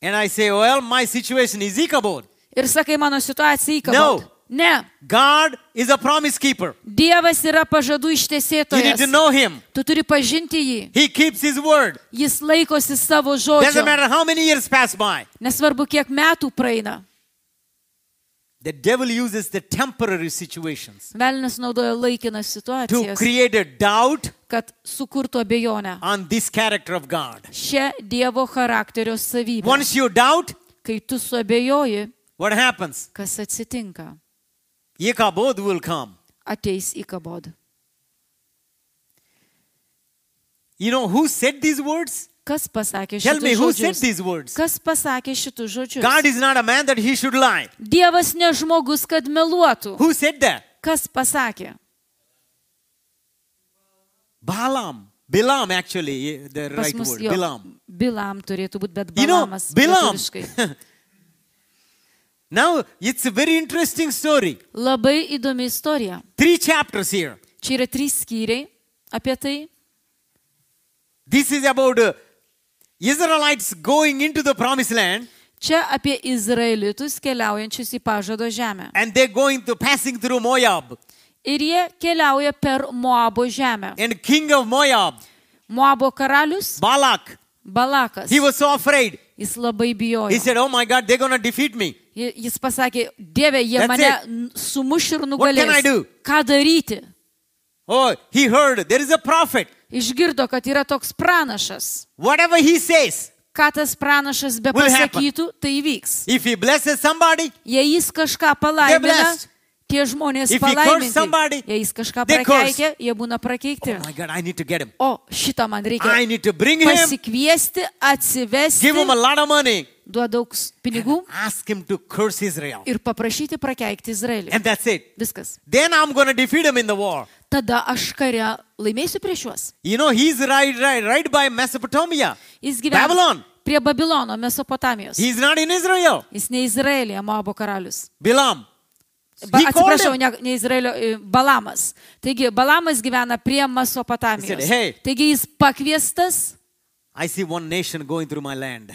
Speaker 1: and I say, well, my situation is Ichabod.
Speaker 2: Ir sakai, mano situacija įkabota.
Speaker 1: No.
Speaker 2: Ne.
Speaker 1: God is a promise keeper.
Speaker 2: Dievas yra pažadų
Speaker 1: You need to
Speaker 2: ištesėtojas.
Speaker 1: know him.
Speaker 2: Tu turi pažinti jį.
Speaker 1: He keeps his word.
Speaker 2: Jis laikosi savo
Speaker 1: Doesn't
Speaker 2: žodžio.
Speaker 1: matter how many years pass by.
Speaker 2: Nesvarbu, kiek metų praeina.
Speaker 1: The devil uses the temporary situations
Speaker 2: Velnis naudoja laikinas
Speaker 1: to
Speaker 2: situacijas,
Speaker 1: create a doubt
Speaker 2: kad sukurtų abejonę.
Speaker 1: on this character of God.
Speaker 2: Šia Dievo charakterio savybė.
Speaker 1: Once you doubt,
Speaker 2: Kai tu suabejoji,
Speaker 1: what happens?
Speaker 2: kas atsitinka?
Speaker 1: Ichabod will come.
Speaker 2: Ateis į kabodą.
Speaker 1: You know who said these words?
Speaker 2: Kas pasakė
Speaker 1: Tell me
Speaker 2: šitus
Speaker 1: who said
Speaker 2: žodžius?
Speaker 1: these words.
Speaker 2: Kas pasakė šitus žodžius?
Speaker 1: God is not a man that he should lie.
Speaker 2: Dievas ne žmogus, kad meluotų.
Speaker 1: Who said that?
Speaker 2: Kas pasakė?
Speaker 1: Balaam. Bilam, actually, eh, the
Speaker 2: Pas
Speaker 1: right
Speaker 2: mus
Speaker 1: word.
Speaker 2: jo.
Speaker 1: Bilam.
Speaker 2: Bilam turėtų būti, bet
Speaker 1: You know,
Speaker 2: Bilamas.
Speaker 1: Bilam.
Speaker 2: lietuviškai.
Speaker 1: now, it's a very interesting story.
Speaker 2: Labai įdomi istorija.
Speaker 1: Three chapters here.
Speaker 2: Čia yra trys skyriai apie tai.
Speaker 1: This is about uh, Israelites going into the promised land
Speaker 2: Čia apie izraelitus keliaujančius į pažado žemę.
Speaker 1: and they're going to passing through Moab.
Speaker 2: Ir jie keliauja per Moabo žemę.
Speaker 1: And king of Moab,
Speaker 2: Moabo karalius
Speaker 1: Balak,
Speaker 2: Balakas.
Speaker 1: he was so afraid.
Speaker 2: Jis labai
Speaker 1: He
Speaker 2: bijojo.
Speaker 1: said, Oh my God, they're going to defeat me.
Speaker 2: Ji- Jis pasakė, Dieve, jie
Speaker 1: That's
Speaker 2: mane
Speaker 1: it.
Speaker 2: n- sumuš ir
Speaker 1: can I
Speaker 2: nugalės.
Speaker 1: do?
Speaker 2: Ką daryti?
Speaker 1: Oh, he heard there is a prophet.
Speaker 2: Išgirdo, kad yra toks pranašas.
Speaker 1: Whatever he says,
Speaker 2: ką tas pranašas be
Speaker 1: Will happen.
Speaker 2: pasakytų, tai įvyks.
Speaker 1: If he blesses somebody,
Speaker 2: Jei jis kažką palaimina,
Speaker 1: blessed.
Speaker 2: tie žmonės
Speaker 1: If he curse somebody,
Speaker 2: palaiminti. Jei jis kažką
Speaker 1: they curse.
Speaker 2: prakeikia, jie būna prakeikti.
Speaker 1: oh my God, I need to get him.
Speaker 2: O šitą man
Speaker 1: I
Speaker 2: reikia
Speaker 1: need to bring him,
Speaker 2: pasikviesti, atsivesti,
Speaker 1: give him a lot of money,
Speaker 2: duoda daug s- pinigų
Speaker 1: ask him to curse Israel.
Speaker 2: ir paprašyti prakeikti Izraelį.
Speaker 1: And that's it.
Speaker 2: Viskas.
Speaker 1: Then I'm going to defeat him in the war.
Speaker 2: Tada aš kare laimėsiu prieš juos.
Speaker 1: You know, he's right, right, right by Mesopotamia,
Speaker 2: Jis
Speaker 1: Babylon.
Speaker 2: gyvena prie Babilono, Mesopotamijos.
Speaker 1: He's not in Israel.
Speaker 2: Jis ne Izraelija, Moabo karalius.
Speaker 1: Bilam.
Speaker 2: Ba,
Speaker 1: He called
Speaker 2: atsiprašau,
Speaker 1: him.
Speaker 2: ne, ne Izraelio, e, Balamas. Taigi, Balamas gyvena prie
Speaker 1: He
Speaker 2: Mesopotamijos.
Speaker 1: said, "Hey."
Speaker 2: Taigi, jis pakviestas
Speaker 1: I see one nation going through my land.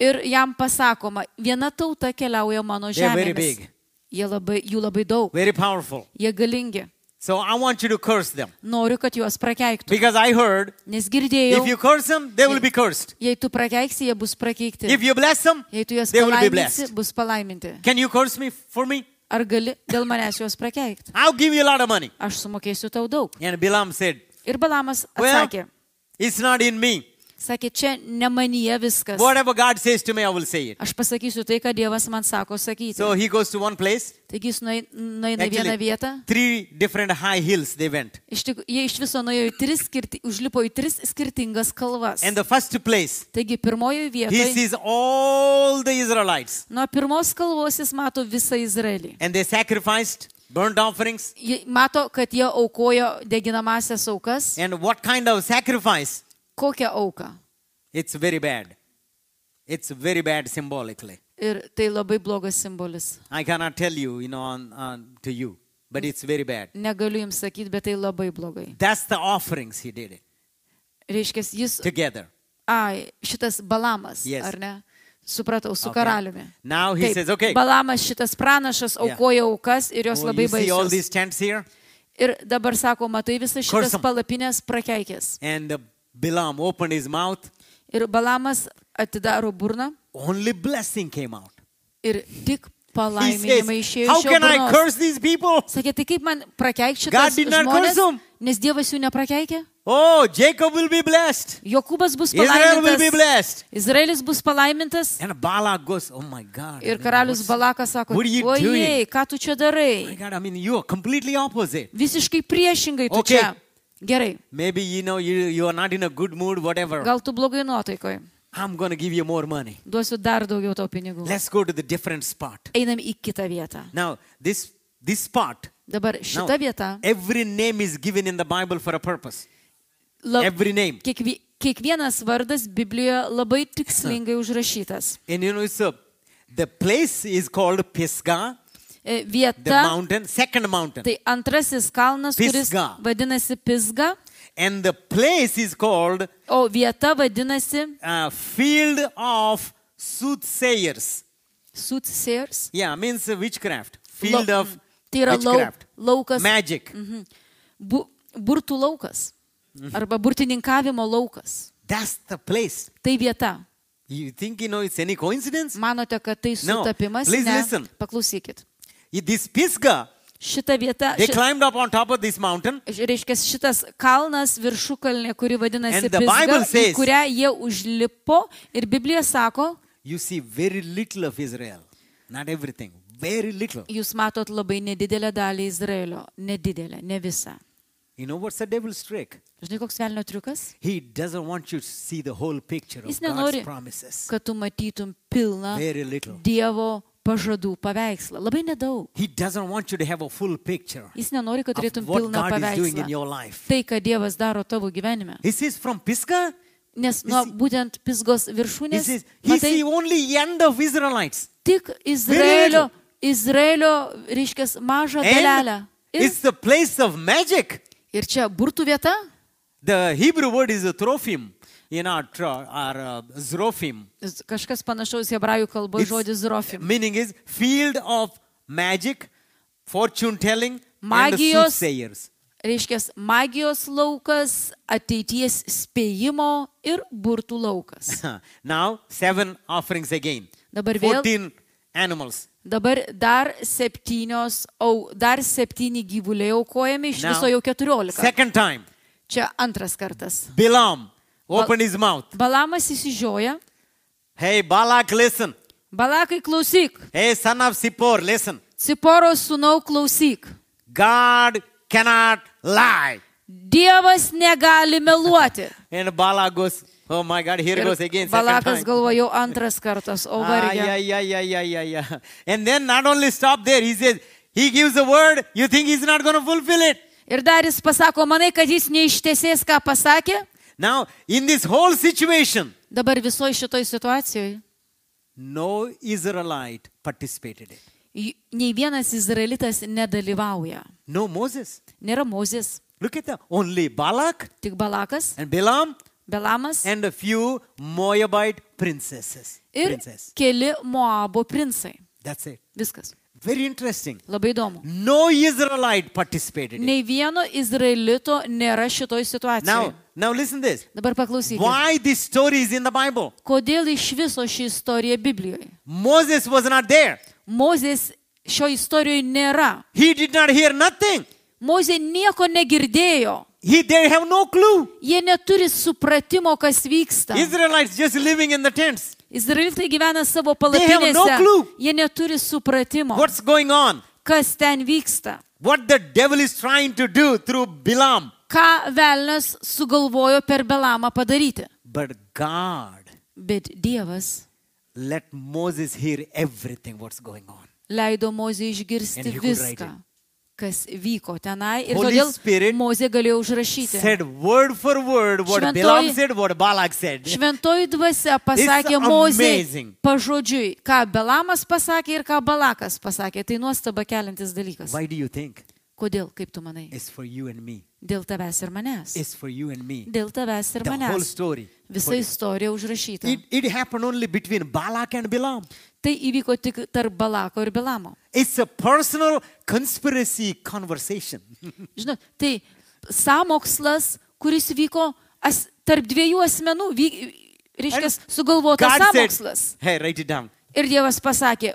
Speaker 2: ir jam pasakoma, viena tauta keliauja mano
Speaker 1: They're very
Speaker 2: žemėmis.
Speaker 1: big.
Speaker 2: Jie labai, jų labai daug,
Speaker 1: Very powerful.
Speaker 2: jie galingi.
Speaker 1: So I want you to curse them.
Speaker 2: Noriu, kad juos prakeiktų.
Speaker 1: Because I heard
Speaker 2: Nes
Speaker 1: if you
Speaker 2: girdėjau,
Speaker 1: curse them, they will be cursed.
Speaker 2: jei tu prakeiksi, jie bus prakeikti.
Speaker 1: If you bless them,
Speaker 2: Jei tu jas
Speaker 1: they will be
Speaker 2: palaiminsi,
Speaker 1: blessed.
Speaker 2: bus palaiminti.
Speaker 1: Can you curse me for me?
Speaker 2: Ar gali dėl manęs juos prakeikti?
Speaker 1: I'll give you a lot of money.
Speaker 2: Aš sumokėsiu tau daug.
Speaker 1: And Bilam said,
Speaker 2: Ir Balamas
Speaker 1: Well,
Speaker 2: atsakė,
Speaker 1: it's not in me.
Speaker 2: sakė, čia ne manyje viskas.
Speaker 1: Whatever God says to me, I will say it.
Speaker 2: Aš pasakysiu tai, ką Dievas man sako sakyti.
Speaker 1: So he goes to one place.
Speaker 2: Taigi jis nuei- nueina į vieną
Speaker 1: Actually,
Speaker 2: vietą.
Speaker 1: three different high hills they went.
Speaker 2: Iš tik, jie iš viso nuėjo į tris, skirti, užlipo į tris skirtingas kalvas.
Speaker 1: And the first place,
Speaker 2: Taigi pirmojoje
Speaker 1: he
Speaker 2: vietoje,
Speaker 1: sees all the Israelites.
Speaker 2: nuo pirmos kalvos jis mato visą Izraelį.
Speaker 1: And they sacrificed burnt offerings.
Speaker 2: Ji- Mato, kad jie aukojo deginamasias aukas.
Speaker 1: And what kind of sacrifice?
Speaker 2: Kokią auką?
Speaker 1: It's very bad. It's very bad symbolically.
Speaker 2: Ir tai labai blogas simbolis.
Speaker 1: I cannot tell you, you know, on, on, to you, but it's very bad.
Speaker 2: Negaliu jums sakyti, bet tai labai blogai.
Speaker 1: That's the offerings he did it
Speaker 2: Reiškia, jis...
Speaker 1: together.
Speaker 2: Ai, šitas Balamas,
Speaker 1: Yes.
Speaker 2: yes. ar ne? Supratau, su
Speaker 1: Okay.
Speaker 2: okay. karaliumi.
Speaker 1: Now he
Speaker 2: Taip,
Speaker 1: says, okay.
Speaker 2: Balamas šitas pranašas aukoja aukas ir jos
Speaker 1: Oh,
Speaker 2: labai
Speaker 1: you see all
Speaker 2: baisios.
Speaker 1: these tents here,
Speaker 2: Ir dabar sako, matai visas šitas
Speaker 1: Curse 'em.
Speaker 2: palapinės prakeikės.
Speaker 1: and the Bilam opened his mouth.
Speaker 2: Ir Balamas atidaro burną
Speaker 1: Only blessing came out.
Speaker 2: ir tik
Speaker 1: He
Speaker 2: palaiminimai
Speaker 1: says,
Speaker 2: išėjo
Speaker 1: "How
Speaker 2: iš jo
Speaker 1: can I
Speaker 2: burnos.
Speaker 1: curse these people?
Speaker 2: Sakė, tai kaip man prakeikti
Speaker 1: God
Speaker 2: šitas
Speaker 1: did not curse
Speaker 2: žmonės,
Speaker 1: them.
Speaker 2: nes Dievas jų neprakeikė?
Speaker 1: Oh, Jacob will be blessed.
Speaker 2: Jokūbas bus
Speaker 1: Israel will be
Speaker 2: palaimintas.
Speaker 1: blessed."
Speaker 2: Izraelis bus palaimintas.
Speaker 1: And Balak goes, "Oh my God!"
Speaker 2: Ir
Speaker 1: man,
Speaker 2: karalius
Speaker 1: what's-
Speaker 2: Balakas sako,
Speaker 1: What are you
Speaker 2: ojei, ką tu čia darai?
Speaker 1: my God, I mean, you are completely opposite.
Speaker 2: Visiškai priešingai tu
Speaker 1: Okay.
Speaker 2: čia. Gerai,
Speaker 1: Maybe you know you, you are not in a good mood, whatever.
Speaker 2: gal tu blogai nuotaikoje.
Speaker 1: I'm going to give you more money.
Speaker 2: Duosiu dar daugiau tau pinigų.
Speaker 1: Let's go to the different spot.
Speaker 2: Einam į kitą vietą.
Speaker 1: Now, this this spot,
Speaker 2: Dabar
Speaker 1: now,
Speaker 2: šita vieta.
Speaker 1: every name is given in the Bible for a purpose.
Speaker 2: lab-
Speaker 1: every name.
Speaker 2: Kiekvi, kiekvienas vardas Biblijoje labai tikslingai užrašytas.
Speaker 1: And you know, it's a, the place is called Pisgah,
Speaker 2: E,
Speaker 1: the
Speaker 2: Vieta,
Speaker 1: mountain, second mountain.
Speaker 2: tai antrasis kalnas, kuris
Speaker 1: Pisga.
Speaker 2: vadinasi Pisga,
Speaker 1: And the place is called
Speaker 2: o vieta vadinasi
Speaker 1: uh, Field of Soothsayers.
Speaker 2: Sutseers.
Speaker 1: Yeah, means uh, witchcraft. Field
Speaker 2: Lo- Mm-hmm.
Speaker 1: of
Speaker 2: tai yra lau,
Speaker 1: witchcraft.
Speaker 2: laukas,
Speaker 1: Magic.
Speaker 2: bu, burtų laukas
Speaker 1: Mhm.
Speaker 2: arba burtininkavimo laukas.
Speaker 1: That's the place.
Speaker 2: Tai vieta.
Speaker 1: You think, you know, it's any coincidence?
Speaker 2: Manote, kad tai
Speaker 1: No,
Speaker 2: sutapimas?
Speaker 1: please
Speaker 2: ne.
Speaker 1: listen.
Speaker 2: Paklausykit.
Speaker 1: Yeah, This Pisgah,
Speaker 2: Šita vieta,
Speaker 1: they
Speaker 2: ši,
Speaker 1: climbed up on top of this mountain.
Speaker 2: reiškia šitas kalnas viršukalnė, kuri vadinasi
Speaker 1: And the Bible
Speaker 2: Pisga,
Speaker 1: says-
Speaker 2: į kurią jie užlipo ir Biblija sako,
Speaker 1: You see very little of Israel. Not everything. Very little.
Speaker 2: jūs matot labai nedidelę dalį Izraelio. Nedidelę, ne visą.
Speaker 1: You know what's the devil's trick?
Speaker 2: Žinai, koks velnio triukas?
Speaker 1: He doesn't want you to see the whole picture of
Speaker 2: Jis
Speaker 1: God's
Speaker 2: nenori,
Speaker 1: promises.
Speaker 2: kad tu matytum pilną
Speaker 1: Very little.
Speaker 2: Dievo pažadų paveikslą. Labai nedaug.
Speaker 1: He doesn't want you to have a full picture
Speaker 2: Jis nenori, kad
Speaker 1: of
Speaker 2: turėtum
Speaker 1: what
Speaker 2: pilną
Speaker 1: God is doing in
Speaker 2: paveikslą.
Speaker 1: your life.
Speaker 2: Tai, ką Dievas daro tavo gyvenime.
Speaker 1: He says from Pisgah,
Speaker 2: Nes nuo
Speaker 1: Jis-
Speaker 2: būtent pisgos
Speaker 1: he
Speaker 2: viršūnės
Speaker 1: says, he
Speaker 2: matai
Speaker 1: see only end of Israelites.
Speaker 2: tik
Speaker 1: Very
Speaker 2: Izraelio, Izraelio reiškia, mažą dalelę.
Speaker 1: And
Speaker 2: Ir,
Speaker 1: it's the place of magic.
Speaker 2: ir čia burtų vieta,
Speaker 1: The Hebrew word is a trophim, you know, tro, or uh, zrophim.
Speaker 2: z- kažkas panašaus hebrajų kalboje
Speaker 1: It's-
Speaker 2: žodis zrofim.
Speaker 1: Meaning is field of magic, fortune telling, and
Speaker 2: Magijos.
Speaker 1: soothsayers.
Speaker 2: Reiškia, magijos laukas, ateities spėjimo ir burtų laukas.
Speaker 1: now seven offerings again.
Speaker 2: Dabar vėl-
Speaker 1: Fourteen animals.
Speaker 2: Dabar dar septynios, au, dar septyni gyvuliai aukojami, iš
Speaker 1: Now,
Speaker 2: viso jau keturiolika.
Speaker 1: Second time,
Speaker 2: Čia antras kartas.
Speaker 1: Bilam opened his mouth.
Speaker 2: Balamas įsižioja
Speaker 1: Hey, Balak, listen.
Speaker 2: Balakai klausyk,
Speaker 1: Hey, son of Sippor, listen.
Speaker 2: Ciporo sūnau klausyk.
Speaker 1: God cannot lie.
Speaker 2: Dievas negali meluoti.
Speaker 1: And Balak goes, oh my God, here
Speaker 2: Ir
Speaker 1: goes again. second
Speaker 2: Balakas
Speaker 1: time.
Speaker 2: galvojau antras kartas, o
Speaker 1: Ah, yeah,
Speaker 2: vargė.
Speaker 1: yeah, yeah, yeah, yeah, yeah. And then not only stop there, he says, he gives a word, you think he's not going to fulfill it.
Speaker 2: Ir dar jis pasako, manai, kad jis neištesės, ką pasakė.
Speaker 1: Now, in this whole situation,
Speaker 2: Dabar visoji šitoj situacijoje
Speaker 1: no Israelite participated it.
Speaker 2: j- nei vienas izraelitas nedalyvauja.
Speaker 1: No Moses.
Speaker 2: Nėra Mozės,
Speaker 1: Look at that. Only Balak
Speaker 2: tik Balakas,
Speaker 1: and Balaam
Speaker 2: Belamas
Speaker 1: and a few Moabite princesses.
Speaker 2: ir
Speaker 1: Princess.
Speaker 2: keli Moabo princai.
Speaker 1: That's it.
Speaker 2: Viskas.
Speaker 1: Very interesting.
Speaker 2: Labai įdomu.
Speaker 1: No Israelite participated in it.
Speaker 2: Nei vieno izraelito nėra šitoj situacijoje.
Speaker 1: Now, now listen this.
Speaker 2: Dabar paklausykime.
Speaker 1: Why this story is in the Bible?
Speaker 2: Kodėl iš viso ši istorija Biblijoje?
Speaker 1: Moses was not there.
Speaker 2: Mozės šio istorijoje nėra.
Speaker 1: He did not hear nothing.
Speaker 2: Mozė nieko negirdėjo.
Speaker 1: He they have no clue.
Speaker 2: Jie neturi supratimo, kas vyksta.
Speaker 1: Israelites just living in the tents.
Speaker 2: Izraelitai gyvena savo
Speaker 1: have no
Speaker 2: palapinėse.
Speaker 1: clue.
Speaker 2: Jie neturi supratimo,
Speaker 1: What's going on?
Speaker 2: kas ten vyksta.
Speaker 1: What the devil is trying to do through Bilam.
Speaker 2: Ką velnas sugalvojo per Belamą padaryti.
Speaker 1: But God
Speaker 2: Bet Dievas
Speaker 1: let Moses hear everything what's going on.
Speaker 2: leido Mozė
Speaker 1: And
Speaker 2: išgirsti
Speaker 1: he could write
Speaker 2: viską,
Speaker 1: it.
Speaker 2: kas vyko tenai ir
Speaker 1: Holy Spirit
Speaker 2: todėl Mozė galėjo užrašyti.
Speaker 1: Said word for word what
Speaker 2: Šventoji-
Speaker 1: Bilam said, what Balak said.
Speaker 2: Šventoji dvasia pasakė
Speaker 1: It's amazing.
Speaker 2: Mozė pažodžiui, ką Belamas pasakė ir ką Balakas pasakė. Tai nuostaba keliantis dalykas.
Speaker 1: Why do you think?
Speaker 2: Kodėl, kaip tu manai?
Speaker 1: It's for you and me.
Speaker 2: Dėl tavęs ir manęs.
Speaker 1: It's for you and me.
Speaker 2: Dėl tavęs ir
Speaker 1: The whole
Speaker 2: manęs.
Speaker 1: story.
Speaker 2: Visa istorija užrašyta.
Speaker 1: It, it happened only between Balak and Bilam.
Speaker 2: Tai įvyko tik tarp Balako ir Belamo.
Speaker 1: It's a personal conspiracy conversation.
Speaker 2: Žinot, tai samokslas, kuris vyko as, tarp dviejų asmenų, vy, reiškia, sugalvotas
Speaker 1: God
Speaker 2: samokslas.
Speaker 1: said, hey, write it down.
Speaker 2: Ir Dievas pasakė,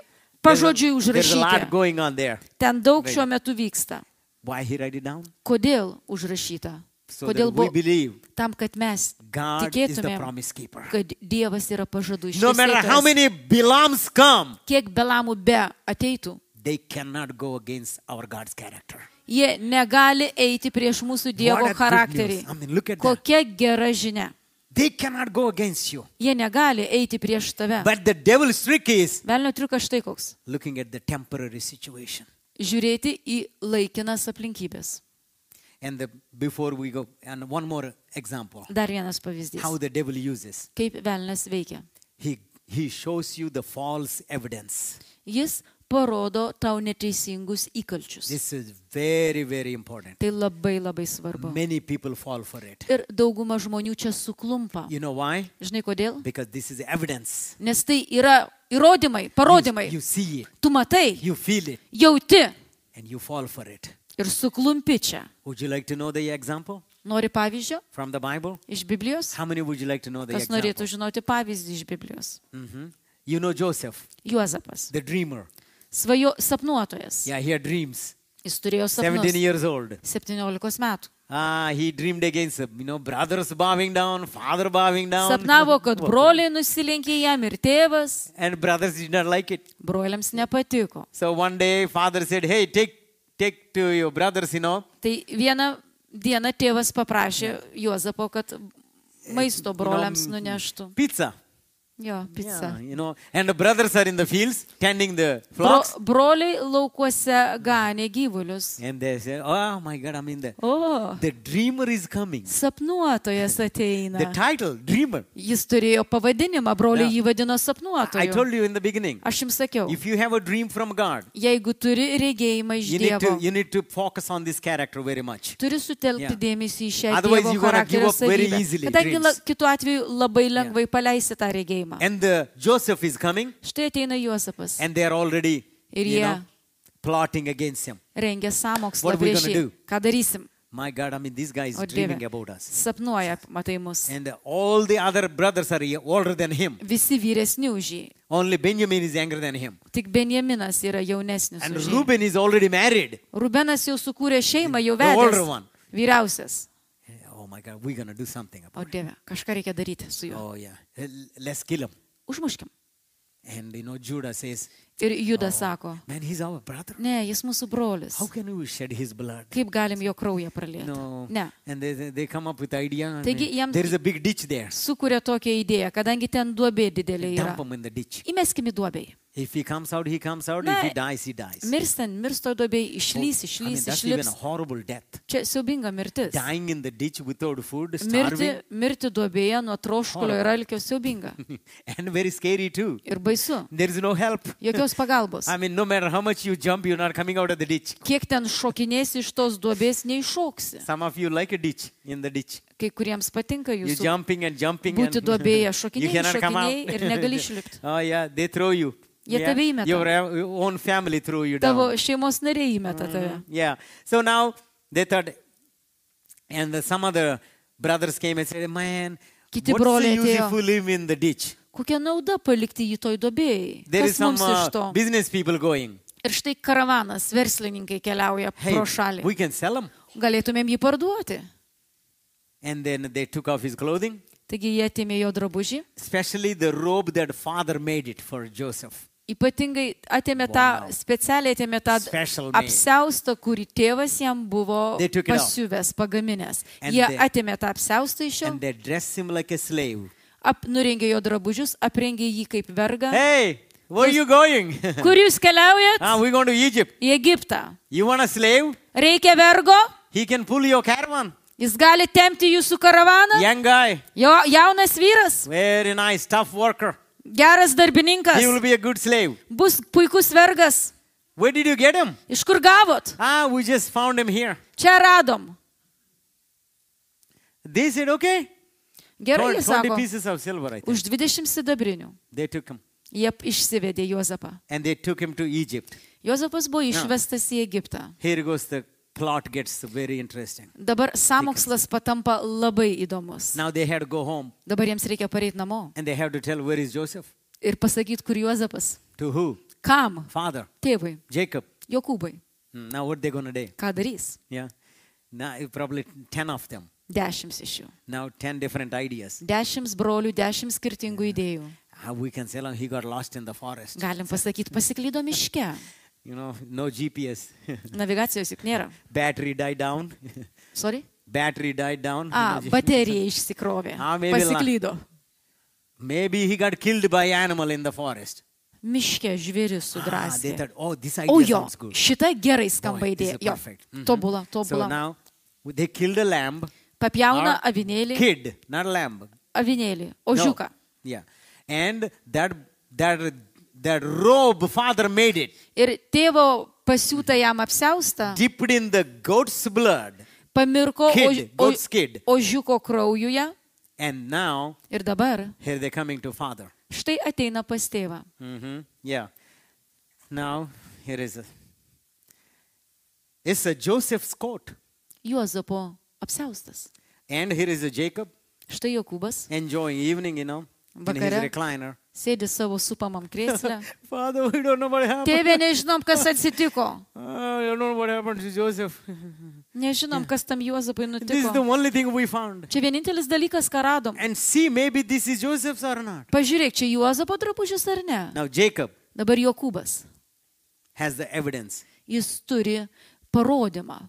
Speaker 1: There's a-
Speaker 2: pažodžiui
Speaker 1: There's a lot
Speaker 2: užrašyta.
Speaker 1: going on there.
Speaker 2: Ten daug šiuo metu vyksta.
Speaker 1: Why he write it down?
Speaker 2: Kodėl užrašyta?
Speaker 1: So
Speaker 2: Kodėl
Speaker 1: that we
Speaker 2: buvo
Speaker 1: believe
Speaker 2: tam, kad mes
Speaker 1: God is the
Speaker 2: tikėtume,
Speaker 1: promise keeper.
Speaker 2: kad Dievas yra pažadų
Speaker 1: No matter how
Speaker 2: išgirsti.
Speaker 1: many Bilams come,
Speaker 2: Kiek Belamų be ateitų,
Speaker 1: they cannot go against our God's character.
Speaker 2: jie negali eiti prieš mūsų Dievo
Speaker 1: What a good
Speaker 2: charakterį.
Speaker 1: news. I mean, look at that.
Speaker 2: Kokia gera žinia.
Speaker 1: They cannot go against you.
Speaker 2: Jie negali eiti prieš tave.
Speaker 1: But the devil's trick is
Speaker 2: Velnio triukas štai koks.
Speaker 1: looking at the temporary situation.
Speaker 2: Žiūrėti į laikinas aplinkybės.
Speaker 1: And the, before we go, and one more example
Speaker 2: Dar vienas pavyzdys.
Speaker 1: how the devil uses.
Speaker 2: Kaip velnas veikia.
Speaker 1: He, he shows you the false evidence.
Speaker 2: Jis parodo tau neteisingus įkalčius.
Speaker 1: This is very, very important.
Speaker 2: Tai labai labai svarbu.
Speaker 1: Many people fall for it.
Speaker 2: Ir dauguma žmonių čia suklumpa.
Speaker 1: You know why?
Speaker 2: Žinai kodėl?
Speaker 1: Because this is evidence.
Speaker 2: Nes tai yra įrodymai,
Speaker 1: You-
Speaker 2: parodymai.
Speaker 1: You see it,
Speaker 2: Tu matai,
Speaker 1: you feel it,
Speaker 2: jauti
Speaker 1: and you fall for it.
Speaker 2: ir suklumpi čia.
Speaker 1: Would you like to know the example
Speaker 2: Nori pavyzdžio
Speaker 1: from the Bible?
Speaker 2: iš Biblijos?
Speaker 1: How many would you like to know the
Speaker 2: Kas
Speaker 1: example?
Speaker 2: norėtų žinoti pavyzdį iš Biblijos?
Speaker 1: Mhm. You know Joseph,
Speaker 2: Juozapas.
Speaker 1: the dreamer.
Speaker 2: Svajo sapnuotojas.
Speaker 1: Yeah, he had dreams.
Speaker 2: Jis turėjo
Speaker 1: 17
Speaker 2: sapnus.
Speaker 1: years old.
Speaker 2: 17 metų.
Speaker 1: Ah, he dreamed against, you know, brothers bowing down, father bowing down.
Speaker 2: Sapnavo, kad broliai nusilenkė jam ir tėvas.
Speaker 1: And brothers did not like it.
Speaker 2: Broliams nepatiko.
Speaker 1: So one day, father said, hey, take, take to your brothers, you know,
Speaker 2: Tai vieną dieną tėvas paprašė Juozapo, kad maisto broliams
Speaker 1: you know,
Speaker 2: nuneštų.
Speaker 1: pizza.
Speaker 2: Jo, pica.
Speaker 1: Yeah, you know, and the brothers are in the fields tending the
Speaker 2: Bro,
Speaker 1: flocks.
Speaker 2: broliai laukuose ganė gyvulius.
Speaker 1: and they say, oh my God, I'm in the,
Speaker 2: O,
Speaker 1: the dreamer is coming.
Speaker 2: sapnuotojas
Speaker 1: The
Speaker 2: ateina.
Speaker 1: title, dreamer.
Speaker 2: Jis turėjo pavadinimą, broliai jį vadino
Speaker 1: I
Speaker 2: sapnuotoju.
Speaker 1: told you Oh. in the beginning,
Speaker 2: Aš jums sakiau,
Speaker 1: if you have a dream from God,
Speaker 2: jeigu turi regėjimą iš
Speaker 1: you need,
Speaker 2: Dievo,
Speaker 1: to, you need to focus on this character very much.
Speaker 2: turi sutelkti
Speaker 1: Yeah.
Speaker 2: dėmesį į šią
Speaker 1: Otherwise
Speaker 2: Dievo
Speaker 1: you gonna give
Speaker 2: charakterio
Speaker 1: up very
Speaker 2: savybę.
Speaker 1: easily
Speaker 2: Kadangi la,
Speaker 1: dreams.
Speaker 2: kitu atveju labai lengvai paleisi tą regėjimą.
Speaker 1: And the Joseph is coming,
Speaker 2: Štai ateina Juozapas
Speaker 1: and they are already,
Speaker 2: ir
Speaker 1: you
Speaker 2: jie
Speaker 1: know, plotting against him.
Speaker 2: rengia samokslą
Speaker 1: What we
Speaker 2: prieš
Speaker 1: gonna
Speaker 2: jį.
Speaker 1: do?
Speaker 2: Ką darysim?
Speaker 1: My God, I mean, this guy is
Speaker 2: O
Speaker 1: dreaming
Speaker 2: Dieve,
Speaker 1: about us.
Speaker 2: sapnuoja, matai mus.
Speaker 1: And all the other brothers are older than him.
Speaker 2: Visi vyresni už jį.
Speaker 1: Only Benjamin is younger than him.
Speaker 2: Tik Benjaminas yra jaunesnis.
Speaker 1: And
Speaker 2: už jį.
Speaker 1: Reuben is already married.
Speaker 2: Rubenas jau sukūrė šeimą, jau
Speaker 1: The older
Speaker 2: vedęs.
Speaker 1: one.
Speaker 2: Vyriausias.
Speaker 1: Eh, Oh my God, we're going to do something about
Speaker 2: O Dieve, kažką reikia daryti su
Speaker 1: it.
Speaker 2: juo.
Speaker 1: Oh yeah, L- Eh, let's kill him.
Speaker 2: užmuškim.
Speaker 1: And you know, Judah says,
Speaker 2: Ir Judas sako,
Speaker 1: Man, he's our brother.
Speaker 2: ne, jis mūsų brolis.
Speaker 1: Oh. How can we shed his blood?
Speaker 2: Kaip galim jo kraują pralieti?
Speaker 1: No.
Speaker 2: Ne.
Speaker 1: And they, they they come up with idea. and
Speaker 2: Taigi jiems-
Speaker 1: there is a big ditch there.
Speaker 2: Sukuria tokią idėją, kadangi ten duobė didelė yra.
Speaker 1: Dump him in the ditch.
Speaker 2: Įmeskim į duobėjį.
Speaker 1: If he comes out, he comes out.
Speaker 2: Na,
Speaker 1: if he dies, he dies.
Speaker 2: Mirstant, mirsto duobėjai, išlys,
Speaker 1: Oh, I mean,
Speaker 2: išlys,
Speaker 1: that's even a
Speaker 2: išlips.
Speaker 1: horrible death.
Speaker 2: Čia siaubinga mirtis.
Speaker 1: Dying in the ditch without food,
Speaker 2: Mirti,
Speaker 1: starving,
Speaker 2: mirti duobėje nuo troškulio ir alkio siaubinga.
Speaker 1: and very scary too.
Speaker 2: Ir baisu.
Speaker 1: There is no help.
Speaker 2: Jokios pagalbos.
Speaker 1: I mean, no matter how much you jump, you're not coming out of the ditch.
Speaker 2: Kiek ten šokinėsi iš tos duobės, neišauksi.
Speaker 1: Some of you like a ditch in the ditch.
Speaker 2: Kai kuriems patinka
Speaker 1: You're
Speaker 2: jūsų
Speaker 1: jumping and jumping.
Speaker 2: būti
Speaker 1: and
Speaker 2: duobėje,
Speaker 1: you
Speaker 2: šokinėjai,
Speaker 1: cannot come
Speaker 2: šokinėjai ir negali
Speaker 1: out.
Speaker 2: išlipti.
Speaker 1: oh yeah, they throw you.
Speaker 2: Jie
Speaker 1: Yeah,
Speaker 2: tave įmeta.
Speaker 1: Your own family threw you
Speaker 2: Tavo
Speaker 1: down. Mhm.
Speaker 2: šeimos nariai įmeta tave.
Speaker 1: Yeah. So now they thought, and the, some other brothers came and said, "Man,
Speaker 2: Kiti
Speaker 1: what's the
Speaker 2: broliai
Speaker 1: use
Speaker 2: atėjo.
Speaker 1: if we live in the ditch?
Speaker 2: Kokia nauda palikti jį toj duobėjai?
Speaker 1: There is
Speaker 2: Kas
Speaker 1: some
Speaker 2: mums iš
Speaker 1: uh,
Speaker 2: to?
Speaker 1: business people going.
Speaker 2: Ir štai karavanas, verslininkai keliauja
Speaker 1: Hey,
Speaker 2: pro šalį.
Speaker 1: we can sell them."
Speaker 2: Galėtumėm jį parduoti.
Speaker 1: And then they took off his clothing,
Speaker 2: Taigi jie atėmė jo drabužį,
Speaker 1: especially the robe that father made it for Joseph.
Speaker 2: ypatingai atėmė tą,
Speaker 1: Wow.
Speaker 2: specialiai atėmė tą
Speaker 1: Special made.
Speaker 2: apsaustą, kurį tėvas jam buvo
Speaker 1: They took it off.
Speaker 2: pasiuvęs, pagaminęs.
Speaker 1: And
Speaker 2: Jie
Speaker 1: they-
Speaker 2: atėmė tą apsaustą iš jo,
Speaker 1: And they dressed him like a slave.
Speaker 2: ap, nurengė jo drabužius, aprengė jį kaip vergą.
Speaker 1: Hey, where
Speaker 2: Uh, Yes.
Speaker 1: you going?
Speaker 2: Kur jūs keliaujat?
Speaker 1: ah, we're going to Egypt.
Speaker 2: Į Egiptą.
Speaker 1: You want a slave?
Speaker 2: Reikia vergo?
Speaker 1: He can pull your caravan.
Speaker 2: Jis gali temti jūsų karavaną?
Speaker 1: Young guy,
Speaker 2: Jo, jaunas vyras,
Speaker 1: very nice, tough worker.
Speaker 2: geras darbininkas,
Speaker 1: He will be a good slave.
Speaker 2: bus puikus vergas.
Speaker 1: Where did you get him?
Speaker 2: Iš kur gavot?
Speaker 1: Ah, we just found him here.
Speaker 2: Čia radom.
Speaker 1: They said, okay.
Speaker 2: Gerai,
Speaker 1: Twen-
Speaker 2: jis
Speaker 1: 20
Speaker 2: sako.
Speaker 1: pieces of silver, I think.
Speaker 2: Už 20 sidabrinių.
Speaker 1: They took him.
Speaker 2: Jie išsivedė Juozapą.
Speaker 1: And they took him to Egypt.
Speaker 2: Juozapas buvo išvestas į Egiptą.
Speaker 1: Here goes the plot gets very interesting.
Speaker 2: Dabar samokslas patampa labai įdomus.
Speaker 1: Now they had to go home
Speaker 2: Dabar jiems reikia pareiti namo
Speaker 1: and they have to tell where is Joseph?
Speaker 2: ir pasakyti, kur Juozapas.
Speaker 1: To who?
Speaker 2: Kam?
Speaker 1: Father.
Speaker 2: Tėvui.
Speaker 1: Jacob.
Speaker 2: Jokūbai.
Speaker 1: Hmm, Now what they going to do?
Speaker 2: Ką darys?
Speaker 1: Yeah. Now probably 10 of them.
Speaker 2: Dešimt iš jų.
Speaker 1: Now 10 different ideas.
Speaker 2: Dešimt brolių, dešimt skirtingų idėjų.
Speaker 1: How Ah, we can sell him? He got lost in the forest.
Speaker 2: Galim pasakyti, pasiklydo miške.
Speaker 1: You know, no GPS.
Speaker 2: Navigacijos juk nėra.
Speaker 1: Battery died down.
Speaker 2: Sorry?
Speaker 1: Battery died down.
Speaker 2: A, baterija išsikrovė.
Speaker 1: A, maybe la-
Speaker 2: Pasiklydo.
Speaker 1: Maybe he got killed by animal in the forest.
Speaker 2: Miške žvėris
Speaker 1: Ah, they
Speaker 2: sudrasė.
Speaker 1: thought, oh, this idea
Speaker 2: O jo,
Speaker 1: sounds good.
Speaker 2: šita gerai skamba
Speaker 1: Boy, this
Speaker 2: idėja.
Speaker 1: is
Speaker 2: Jo,
Speaker 1: perfect. Mhm.
Speaker 2: tobula,
Speaker 1: So
Speaker 2: tobula.
Speaker 1: now they killed a lamb.
Speaker 2: Papjauna
Speaker 1: or
Speaker 2: avinėlį,
Speaker 1: Kid, not a lamb.
Speaker 2: avinėlį, ožiuką.
Speaker 1: No. Yeah. And that that that robe father made it
Speaker 2: Ir tėvo pasiūta jam apsaustą,
Speaker 1: dipped in the goat's blood.
Speaker 2: pamirko
Speaker 1: Kid,
Speaker 2: ož-
Speaker 1: goat's kid.
Speaker 2: o- ožiuko kraujuje.
Speaker 1: And now
Speaker 2: Ir dabar
Speaker 1: here they're coming to father.
Speaker 2: štai ateina pas tėvą.
Speaker 1: Mm-hmm. Yeah. Now here is a it's a Joseph's coat.
Speaker 2: Juozapo apsaustas.
Speaker 1: And here is a Jacob
Speaker 2: Štai Jokūbas
Speaker 1: enjoying evening, you know, in his
Speaker 2: Vakare.
Speaker 1: recliner.
Speaker 2: sėdi savo supamam krėsle.
Speaker 1: Father, we don't know what happened.
Speaker 2: Tėve, nežinom, kas atsitiko.
Speaker 1: Oh, I don't know what happened to Joseph.
Speaker 2: Nežinom, kas tam Juozapui
Speaker 1: This is the
Speaker 2: nutiko.
Speaker 1: only thing we found.
Speaker 2: Čia vienintelis dalykas, ką radom.
Speaker 1: And see, maybe this is Joseph's or not.
Speaker 2: Pažiūrėk, čia Juozapo drabužis ar ne?
Speaker 1: Now, Jacob
Speaker 2: Dabar Jokūbas.
Speaker 1: has the evidence.
Speaker 2: Jis turi parodymą.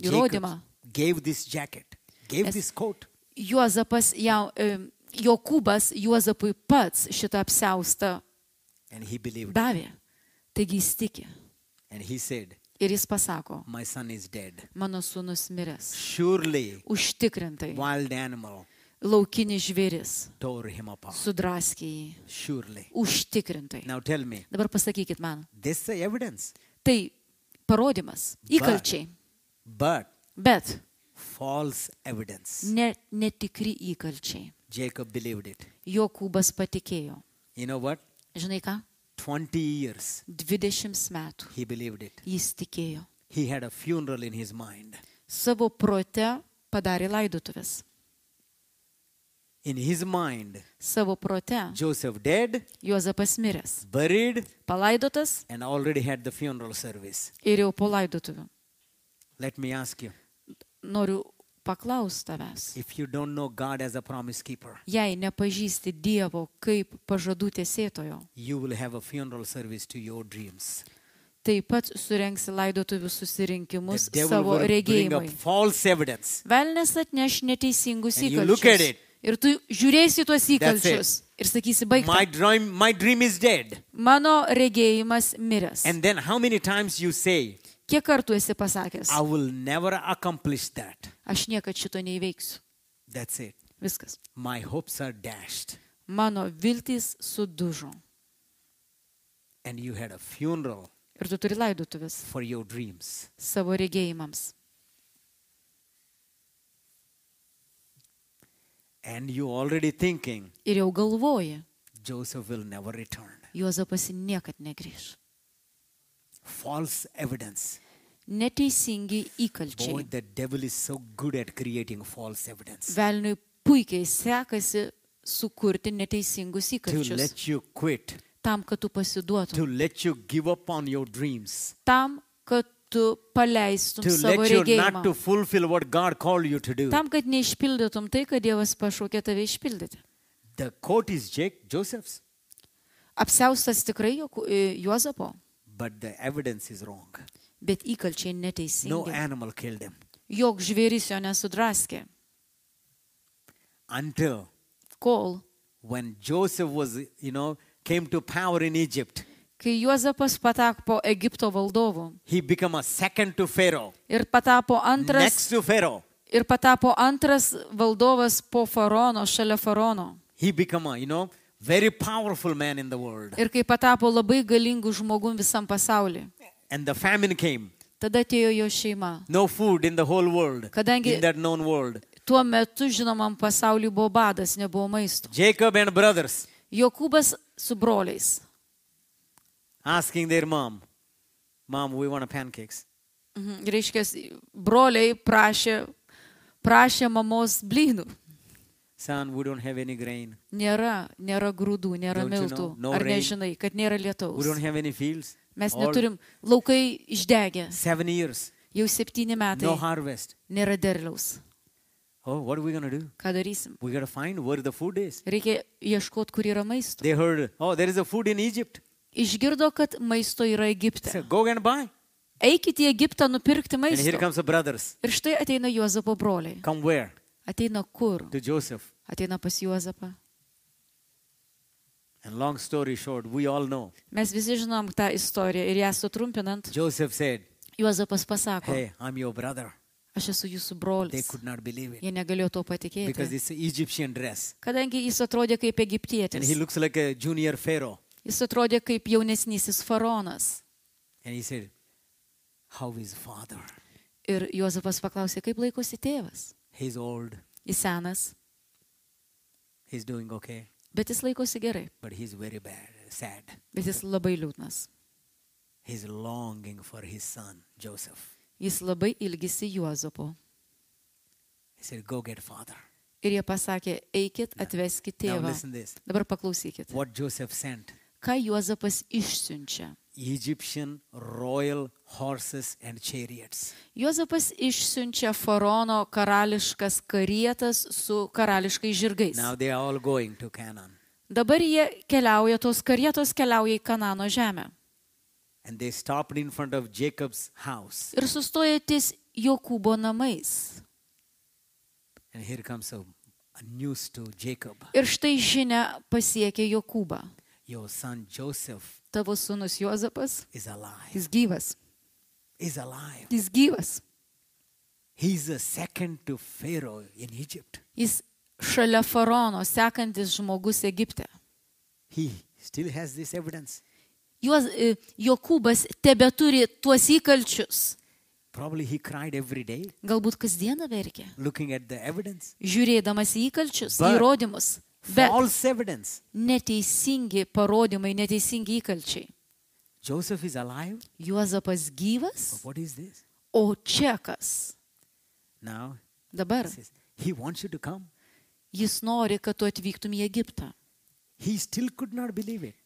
Speaker 2: Įrodymą.
Speaker 1: Jacob gave this jacket, gave
Speaker 2: Es-
Speaker 1: this coat.
Speaker 2: Juozapas, jau, em, Jokūbas Juozapui pats šitą apsaustą
Speaker 1: And he believed.
Speaker 2: davė. Taigi jis tiki.
Speaker 1: And he said,
Speaker 2: Ir jis pasako,
Speaker 1: My son is dead.
Speaker 2: mano sūnus miręs.
Speaker 1: Surely,
Speaker 2: Užtikrintai.
Speaker 1: wild animal
Speaker 2: Laukinis žvėris.
Speaker 1: tore him apart.
Speaker 2: Sudraskė jį.
Speaker 1: Surely.
Speaker 2: Užtikrintai.
Speaker 1: Now, tell me,
Speaker 2: Dabar pasakykit man.
Speaker 1: this is the evidence.
Speaker 2: Tai parodymas. Įkalčiai.
Speaker 1: But
Speaker 2: Bet
Speaker 1: false evidence.
Speaker 2: ne, netikri įkalčiai.
Speaker 1: Jacob believed it.
Speaker 2: Jokūbas patikėjo.
Speaker 1: You know what?
Speaker 2: Žinai ką?
Speaker 1: 20 years
Speaker 2: 20 metų
Speaker 1: he believed it.
Speaker 2: jis tikėjo.
Speaker 1: He had a funeral in his mind.
Speaker 2: Savo prote padarė laidotuvės.
Speaker 1: In his mind,
Speaker 2: Savo prote
Speaker 1: Joseph dead,
Speaker 2: Juozapas miręs,
Speaker 1: buried,
Speaker 2: palaidotas
Speaker 1: and already had the funeral service.
Speaker 2: ir jau po laidotuvių.
Speaker 1: Let me ask you
Speaker 2: Noriu paklaus tavęs.
Speaker 1: If you don't know God as a promise keeper,
Speaker 2: Jei nepažįsti Dievo kaip pažadų tiesėtojo,
Speaker 1: you will have a funeral service to your dreams.
Speaker 2: taip pat surenksi laidotuvių
Speaker 1: The
Speaker 2: susirinkimus
Speaker 1: devil
Speaker 2: savo
Speaker 1: will bring up
Speaker 2: regėjimui.
Speaker 1: false evidence.
Speaker 2: Velnes atneš neteisingus
Speaker 1: And you look at
Speaker 2: įkalčius.
Speaker 1: it.
Speaker 2: Ir tu žiūrėsi tuos
Speaker 1: That's
Speaker 2: įkalčius ir sakysi, baigta.
Speaker 1: My dream, my dream is dead.
Speaker 2: Mano regėjimas miręs.
Speaker 1: And then how many times you say,
Speaker 2: Kiek kartų esi pasakęs,
Speaker 1: I will never accomplish that.
Speaker 2: aš niekad šito neįveiksiu.
Speaker 1: That's it.
Speaker 2: Viskas.
Speaker 1: My hopes are dashed.
Speaker 2: Mano viltys sudužo.
Speaker 1: And you had a funeral
Speaker 2: Ir tu turi laidotuvės
Speaker 1: for your dreams.
Speaker 2: savo regėjimams.
Speaker 1: And you already thinking,
Speaker 2: Ir jau galvoji,
Speaker 1: Joseph will never return.
Speaker 2: Juozapas niekad negrįž.
Speaker 1: False evidence.
Speaker 2: Neteisingi įkalčiai.
Speaker 1: Boy, the devil is so good at creating false evidence.
Speaker 2: Velniui puikiai sekasi sukurti neteisingus
Speaker 1: To
Speaker 2: įkalčius.
Speaker 1: let you quit,
Speaker 2: Tam, kad tu pasiduotum.
Speaker 1: to let you give up on your dreams,
Speaker 2: Tam, kad tu paleistum
Speaker 1: to
Speaker 2: savo
Speaker 1: let you not to
Speaker 2: regėjimą.
Speaker 1: fulfill what God called you to do.
Speaker 2: Tam, kad neišpildytum tai, kad Dievas pašaukė tave išpildyti.
Speaker 1: The coat is Jake Joseph's,
Speaker 2: Apsiaustas tikrai Joku- e, Juozapo,
Speaker 1: but the evidence is wrong.
Speaker 2: bet įkalčiai
Speaker 1: No
Speaker 2: neteisingi.
Speaker 1: animal killed him
Speaker 2: Jok žvėris jo nesudraskė,
Speaker 1: until
Speaker 2: kol,
Speaker 1: when Joseph was, you know, came to power in Egypt.
Speaker 2: kai Juozapas patako Egipto valdovu
Speaker 1: He became a second to Pharaoh,
Speaker 2: ir patapo antras,
Speaker 1: next to Pharaoh.
Speaker 2: ir patapo antras valdovas po faraono, šalia faraono.
Speaker 1: He became a, you know, very powerful man in the world.
Speaker 2: Ir kai patapo labai galingų žmogum visam pasauliu,
Speaker 1: And the famine came.
Speaker 2: tada atėjo jo šeima.
Speaker 1: No food in the whole world,
Speaker 2: Kadangi-
Speaker 1: in that known world.
Speaker 2: Tuo metu žinomam pasauliu buvo badas, nebuvo maisto.
Speaker 1: Jacob and brothers
Speaker 2: Jokūbas su broliais.
Speaker 1: asking their mom, Mom, we want a pancakes.
Speaker 2: Mhm. Reiškia, broliai prašė, prašė mamos blynų.
Speaker 1: Son, we don't have any grain.
Speaker 2: Nėra, nėra grūdų, nėra
Speaker 1: Don't you
Speaker 2: miltų.
Speaker 1: know? No
Speaker 2: Ar
Speaker 1: rain.
Speaker 2: nežinai, kad nėra
Speaker 1: We don't
Speaker 2: lietaus?
Speaker 1: have any fields.
Speaker 2: Mes
Speaker 1: All
Speaker 2: neturim, laukai išdegę,
Speaker 1: Seven years.
Speaker 2: jau septyni metai,
Speaker 1: No harvest.
Speaker 2: nėra derliaus.
Speaker 1: Oh, what are we going to do?
Speaker 2: Ką darysim?
Speaker 1: We got to find where the food is.
Speaker 2: Reikia ieškoti, kur yra maisto.
Speaker 1: They heard, oh, there is a food in Egypt.
Speaker 2: Išgirdo, kad maisto yra
Speaker 1: So
Speaker 2: Egipte.
Speaker 1: go and buy.
Speaker 2: Eikite į Egiptą nupirkti
Speaker 1: And here
Speaker 2: maisto.
Speaker 1: comes the brothers.
Speaker 2: Ir štai ateina Juozapo broliai.
Speaker 1: Come where?
Speaker 2: Ateina kur?
Speaker 1: To Joseph.
Speaker 2: Ateina pas Juozapą.
Speaker 1: And long story short, we all know.
Speaker 2: Mes visi žinom tą istoriją ir ją sutrumpinant,
Speaker 1: Joseph said,
Speaker 2: Juozapas pasako,
Speaker 1: hey, I'm your brother.
Speaker 2: aš esu jūsų
Speaker 1: They
Speaker 2: brolis.
Speaker 1: could not believe it
Speaker 2: Jie negalėjo to
Speaker 1: because
Speaker 2: patikėti.
Speaker 1: it's an Egyptian dress.
Speaker 2: Kadangi jis atrodė kaip
Speaker 1: And he
Speaker 2: egiptietis,
Speaker 1: looks like a junior pharaoh.
Speaker 2: jis atrodė kaip jaunesnysis faronas.
Speaker 1: And he said, how is father?
Speaker 2: Ir Juozapas paklausė, kaip laikosi tėvas.
Speaker 1: He's old.
Speaker 2: Jis senas,
Speaker 1: He's doing okay.
Speaker 2: bet jis laikosi gerai,
Speaker 1: But he's very bad, sad.
Speaker 2: bet jis labai liūdnas.
Speaker 1: He's longing for his son, Joseph.
Speaker 2: Jis labai ilgisi Juozapo.
Speaker 1: He said, go get father.
Speaker 2: Ir jie pasakė, eikit, atveskit
Speaker 1: Now
Speaker 2: tėvą.
Speaker 1: listen this.
Speaker 2: Dabar paklausykit.
Speaker 1: What Joseph sent.
Speaker 2: ką Juozapas išsiunčia.
Speaker 1: Egyptian royal horses and chariots.
Speaker 2: Juozapas išsiunčia faraono karališkas karietas su karališkais žirgais.
Speaker 1: Now they are all going to Canaan.
Speaker 2: Dabar jie keliauja, tos karietos keliauja į Kanano žemę.
Speaker 1: And they stopped in front of Jacob's house.
Speaker 2: Ir sustoja ties Jokūbo namais.
Speaker 1: And here comes a, a news to Jacob.
Speaker 2: Ir štai žinia pasiekė Jokūbą.
Speaker 1: Your son Joseph
Speaker 2: Tavo sūnus Juozapas,
Speaker 1: is alive.
Speaker 2: jis gyvas,
Speaker 1: Is alive.
Speaker 2: jis gyvas.
Speaker 1: He's a second to Pharaoh in Egypt.
Speaker 2: Jis šalia faraono sekantis žmogus Egipte.
Speaker 1: He still has this evidence.
Speaker 2: Juoz, i, e, Jokūbas tebe turi tuos įkalčius.
Speaker 1: Probably he cried every day
Speaker 2: Galbūt kasdieną verkia,
Speaker 1: looking at the evidence.
Speaker 2: žiūrėdamas į įkalčius,
Speaker 1: But-
Speaker 2: But, įrodymus, bet
Speaker 1: False evidence.
Speaker 2: neteisingi parodymai, neteisingi įkalčiai.
Speaker 1: Joseph is alive.
Speaker 2: Juozapas gyvas,
Speaker 1: What is this?
Speaker 2: o čekas
Speaker 1: Now
Speaker 2: dabar.
Speaker 1: he says, He wants you to come.
Speaker 2: Jis nori, kad tu atvyktum į Egiptą.
Speaker 1: He still could not believe it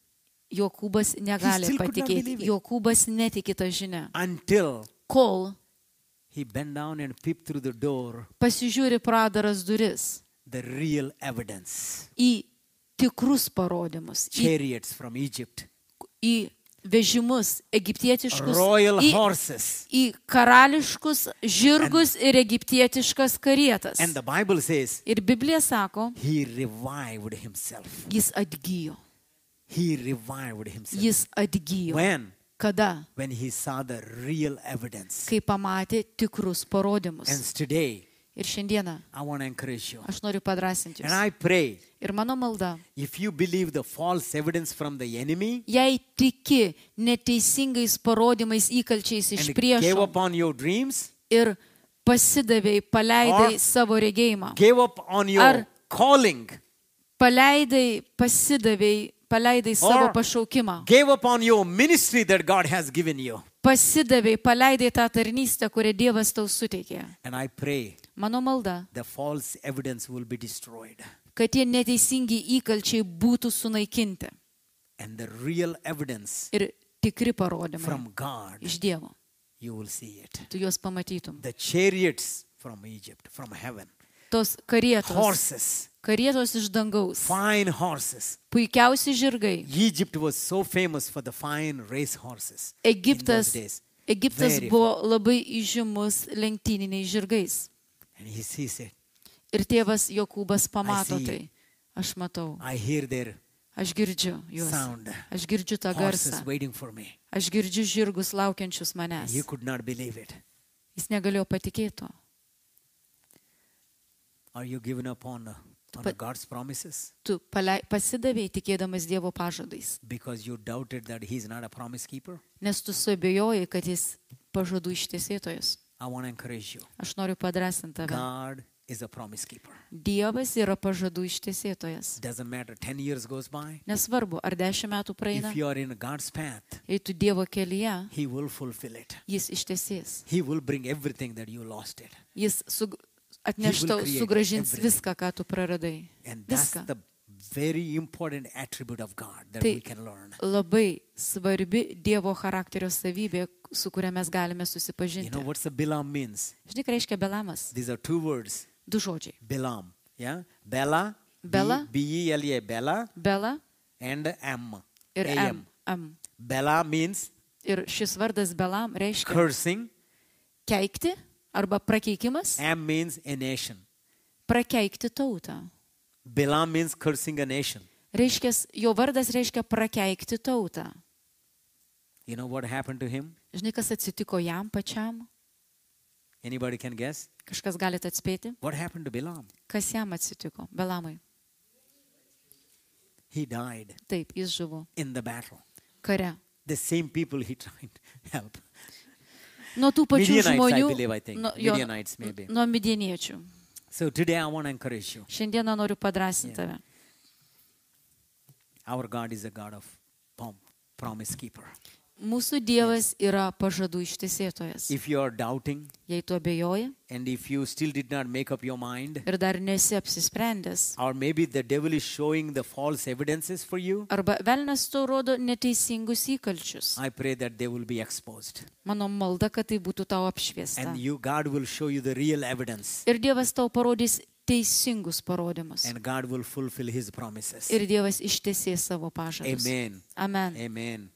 Speaker 2: Jokūbas
Speaker 1: He
Speaker 2: negali
Speaker 1: still could not
Speaker 2: patikėti,
Speaker 1: believe it.
Speaker 2: Jokūbas netiki tą žinią,
Speaker 1: until
Speaker 2: kol
Speaker 1: He bent down and peeped through the door,
Speaker 2: pasižiūri pradaras duris
Speaker 1: the real evidence.
Speaker 2: į tikrus parodymus, į,
Speaker 1: Chariots from Egypt,
Speaker 2: į vežimus egiptietiškus,
Speaker 1: royal
Speaker 2: į,
Speaker 1: horses.
Speaker 2: į karališkus žirgus ir egiptietiškas karietas.
Speaker 1: And the Bible says
Speaker 2: Ir Biblija sako,
Speaker 1: he revived himself.
Speaker 2: jis atgyjo,
Speaker 1: He revived himself.
Speaker 2: jis atgyjo.
Speaker 1: When?
Speaker 2: Kada?
Speaker 1: When he saw the real evidence.
Speaker 2: Kai pamatė tikrus
Speaker 1: And
Speaker 2: parodymus.
Speaker 1: today,
Speaker 2: Ir šiandieną
Speaker 1: I want to encourage you.
Speaker 2: aš noriu padrasinti
Speaker 1: And
Speaker 2: jūs.
Speaker 1: I pray
Speaker 2: Ir mano malda,
Speaker 1: if you believe the false evidence from the enemy
Speaker 2: jei tiki neteisingais parodymais įkalčiais iš
Speaker 1: and gave
Speaker 2: priešo
Speaker 1: up on your dreams,
Speaker 2: ir pasidavėjai, paleidai
Speaker 1: Or-
Speaker 2: savo regėjimą,
Speaker 1: gave up on your
Speaker 2: Ar-
Speaker 1: calling,
Speaker 2: paleidai, pasidavėjai, paleidai savo
Speaker 1: Or-
Speaker 2: pašaukimą,
Speaker 1: gave up on your ministry that God has given you.
Speaker 2: pasidavėjai, paleidai tą tarnystę, kurią Dievas tau suteikė.
Speaker 1: And I pray
Speaker 2: Mano malda,
Speaker 1: the false evidence will be destroyed
Speaker 2: kad tie neteisingi įkalčiai būtų sunaikinti
Speaker 1: and the real evidence
Speaker 2: ir tikri parodymai
Speaker 1: from God,
Speaker 2: iš Dievo.
Speaker 1: you will see it.
Speaker 2: Tu juos pamatytum.
Speaker 1: The chariots from Egypt, from heaven,
Speaker 2: Tos karietos,
Speaker 1: horses,
Speaker 2: karietos iš dangaus,
Speaker 1: fine horses.
Speaker 2: puikiausi žirgai.
Speaker 1: Egypt was so famous for the fine race horses.
Speaker 2: Egiptas,
Speaker 1: days.
Speaker 2: Egiptas
Speaker 1: Very
Speaker 2: buvo labai įžymus lenktyniniais žirgais.
Speaker 1: And he sees it.
Speaker 2: Ir tėvas Jokūbas pamato
Speaker 1: I see.
Speaker 2: tai. Aš matau,
Speaker 1: I hear their
Speaker 2: aš girdžiu juos.
Speaker 1: Sound.
Speaker 2: Aš girdžiu tą
Speaker 1: horses
Speaker 2: garsą.
Speaker 1: waiting for me.
Speaker 2: Aš girdžiu žirgus laukiančius manęs.
Speaker 1: You could not believe it.
Speaker 2: Jis negalėjo patikėti to.
Speaker 1: Are you giving up on, uh, on
Speaker 2: But-
Speaker 1: God's promises?
Speaker 2: Tu palei- pasidavėjai tikėdamas Dievo pažadais,
Speaker 1: Because you doubted that He's not a promise keeper?
Speaker 2: nes tu suabejojai, kad jis pažadų ištiesėtojas.
Speaker 1: I want to encourage you.
Speaker 2: Aš noriu padrasinti tave.
Speaker 1: God is a promise keeper.
Speaker 2: Dievas yra pažadų ištiesėtojas.
Speaker 1: Doesn't matter. 10 years goes by.
Speaker 2: Nesvarbu, ar dešimt metų praeina,
Speaker 1: If you are in God's path,
Speaker 2: jei tu Dievo kelyje,
Speaker 1: He will fulfill it.
Speaker 2: jis ištiesės.
Speaker 1: He will bring everything that you lost it.
Speaker 2: Jis sug... atneš tau,
Speaker 1: create
Speaker 2: sugražins
Speaker 1: everything.
Speaker 2: viską, ką tu praradai.
Speaker 1: And that's
Speaker 2: Viską.
Speaker 1: the very important attribute of God that
Speaker 2: Tai
Speaker 1: we can learn.
Speaker 2: labai svarbi Dievo charakterio savybė, su kuria mes galime
Speaker 1: You know
Speaker 2: susipažinti.
Speaker 1: what's a Bilam means?
Speaker 2: Žinai, ką reiškia belamas?
Speaker 1: These are two words.
Speaker 2: Du žodžiai.
Speaker 1: Bilam. Yeah? Bella. B- E
Speaker 2: Bella.
Speaker 1: B-E-L-A. Bella
Speaker 2: Bela
Speaker 1: and M.
Speaker 2: ir M.
Speaker 1: AM.
Speaker 2: M.
Speaker 1: Bella means
Speaker 2: Ir šis vardas belam reiškia
Speaker 1: cursing.
Speaker 2: keikti arba prakeikimas,
Speaker 1: Am means a nation.
Speaker 2: prakeikti tautą.
Speaker 1: Bilam means cursing a nation.
Speaker 2: Reiškia, jo vardas reiškia prakeikti tautą.
Speaker 1: You know what happened to him?
Speaker 2: Žinai, kas atsitiko jam pačiam?
Speaker 1: Anybody can guess?
Speaker 2: Kažkas galite atspėti?
Speaker 1: What happened to Bilam?
Speaker 2: Kas jam atsitiko? Belamui.
Speaker 1: He died
Speaker 2: Taip, jis žuvo
Speaker 1: in the battle.
Speaker 2: kare.
Speaker 1: The same people he tried to help.
Speaker 2: Nuo tų pačių
Speaker 1: Midianites, I
Speaker 2: žmonių.
Speaker 1: believe, I think.
Speaker 2: nuo- jo,
Speaker 1: Midianites, maybe.
Speaker 2: Nuo midieniečių.
Speaker 1: So today I want to encourage you.
Speaker 2: Šiandieną noriu padrasinti
Speaker 1: Yeah.
Speaker 2: tave.
Speaker 1: Our God is a God of prom- promise keeper.
Speaker 2: Mūsų Dievas yra pažadų ištiesėtojas.
Speaker 1: If you are doubting
Speaker 2: Jei tu abejoji
Speaker 1: and if you still did not make up your mind,
Speaker 2: ir dar nesi apsisprendęs,
Speaker 1: or maybe the devil is showing the false evidences for you,
Speaker 2: arba velnas tau rodo neteisingus įkalčius,
Speaker 1: I pray that they will be exposed.
Speaker 2: mano malda, kad tai būtų tau apšviesta.
Speaker 1: And you, God will show you the real evidence.
Speaker 2: Ir Dievas tau parodys teisingus parodymus.
Speaker 1: And God will fulfill his promises.
Speaker 2: Ir Dievas ištiesės savo pažadus.
Speaker 1: Amen.
Speaker 2: Amen.
Speaker 1: Amen.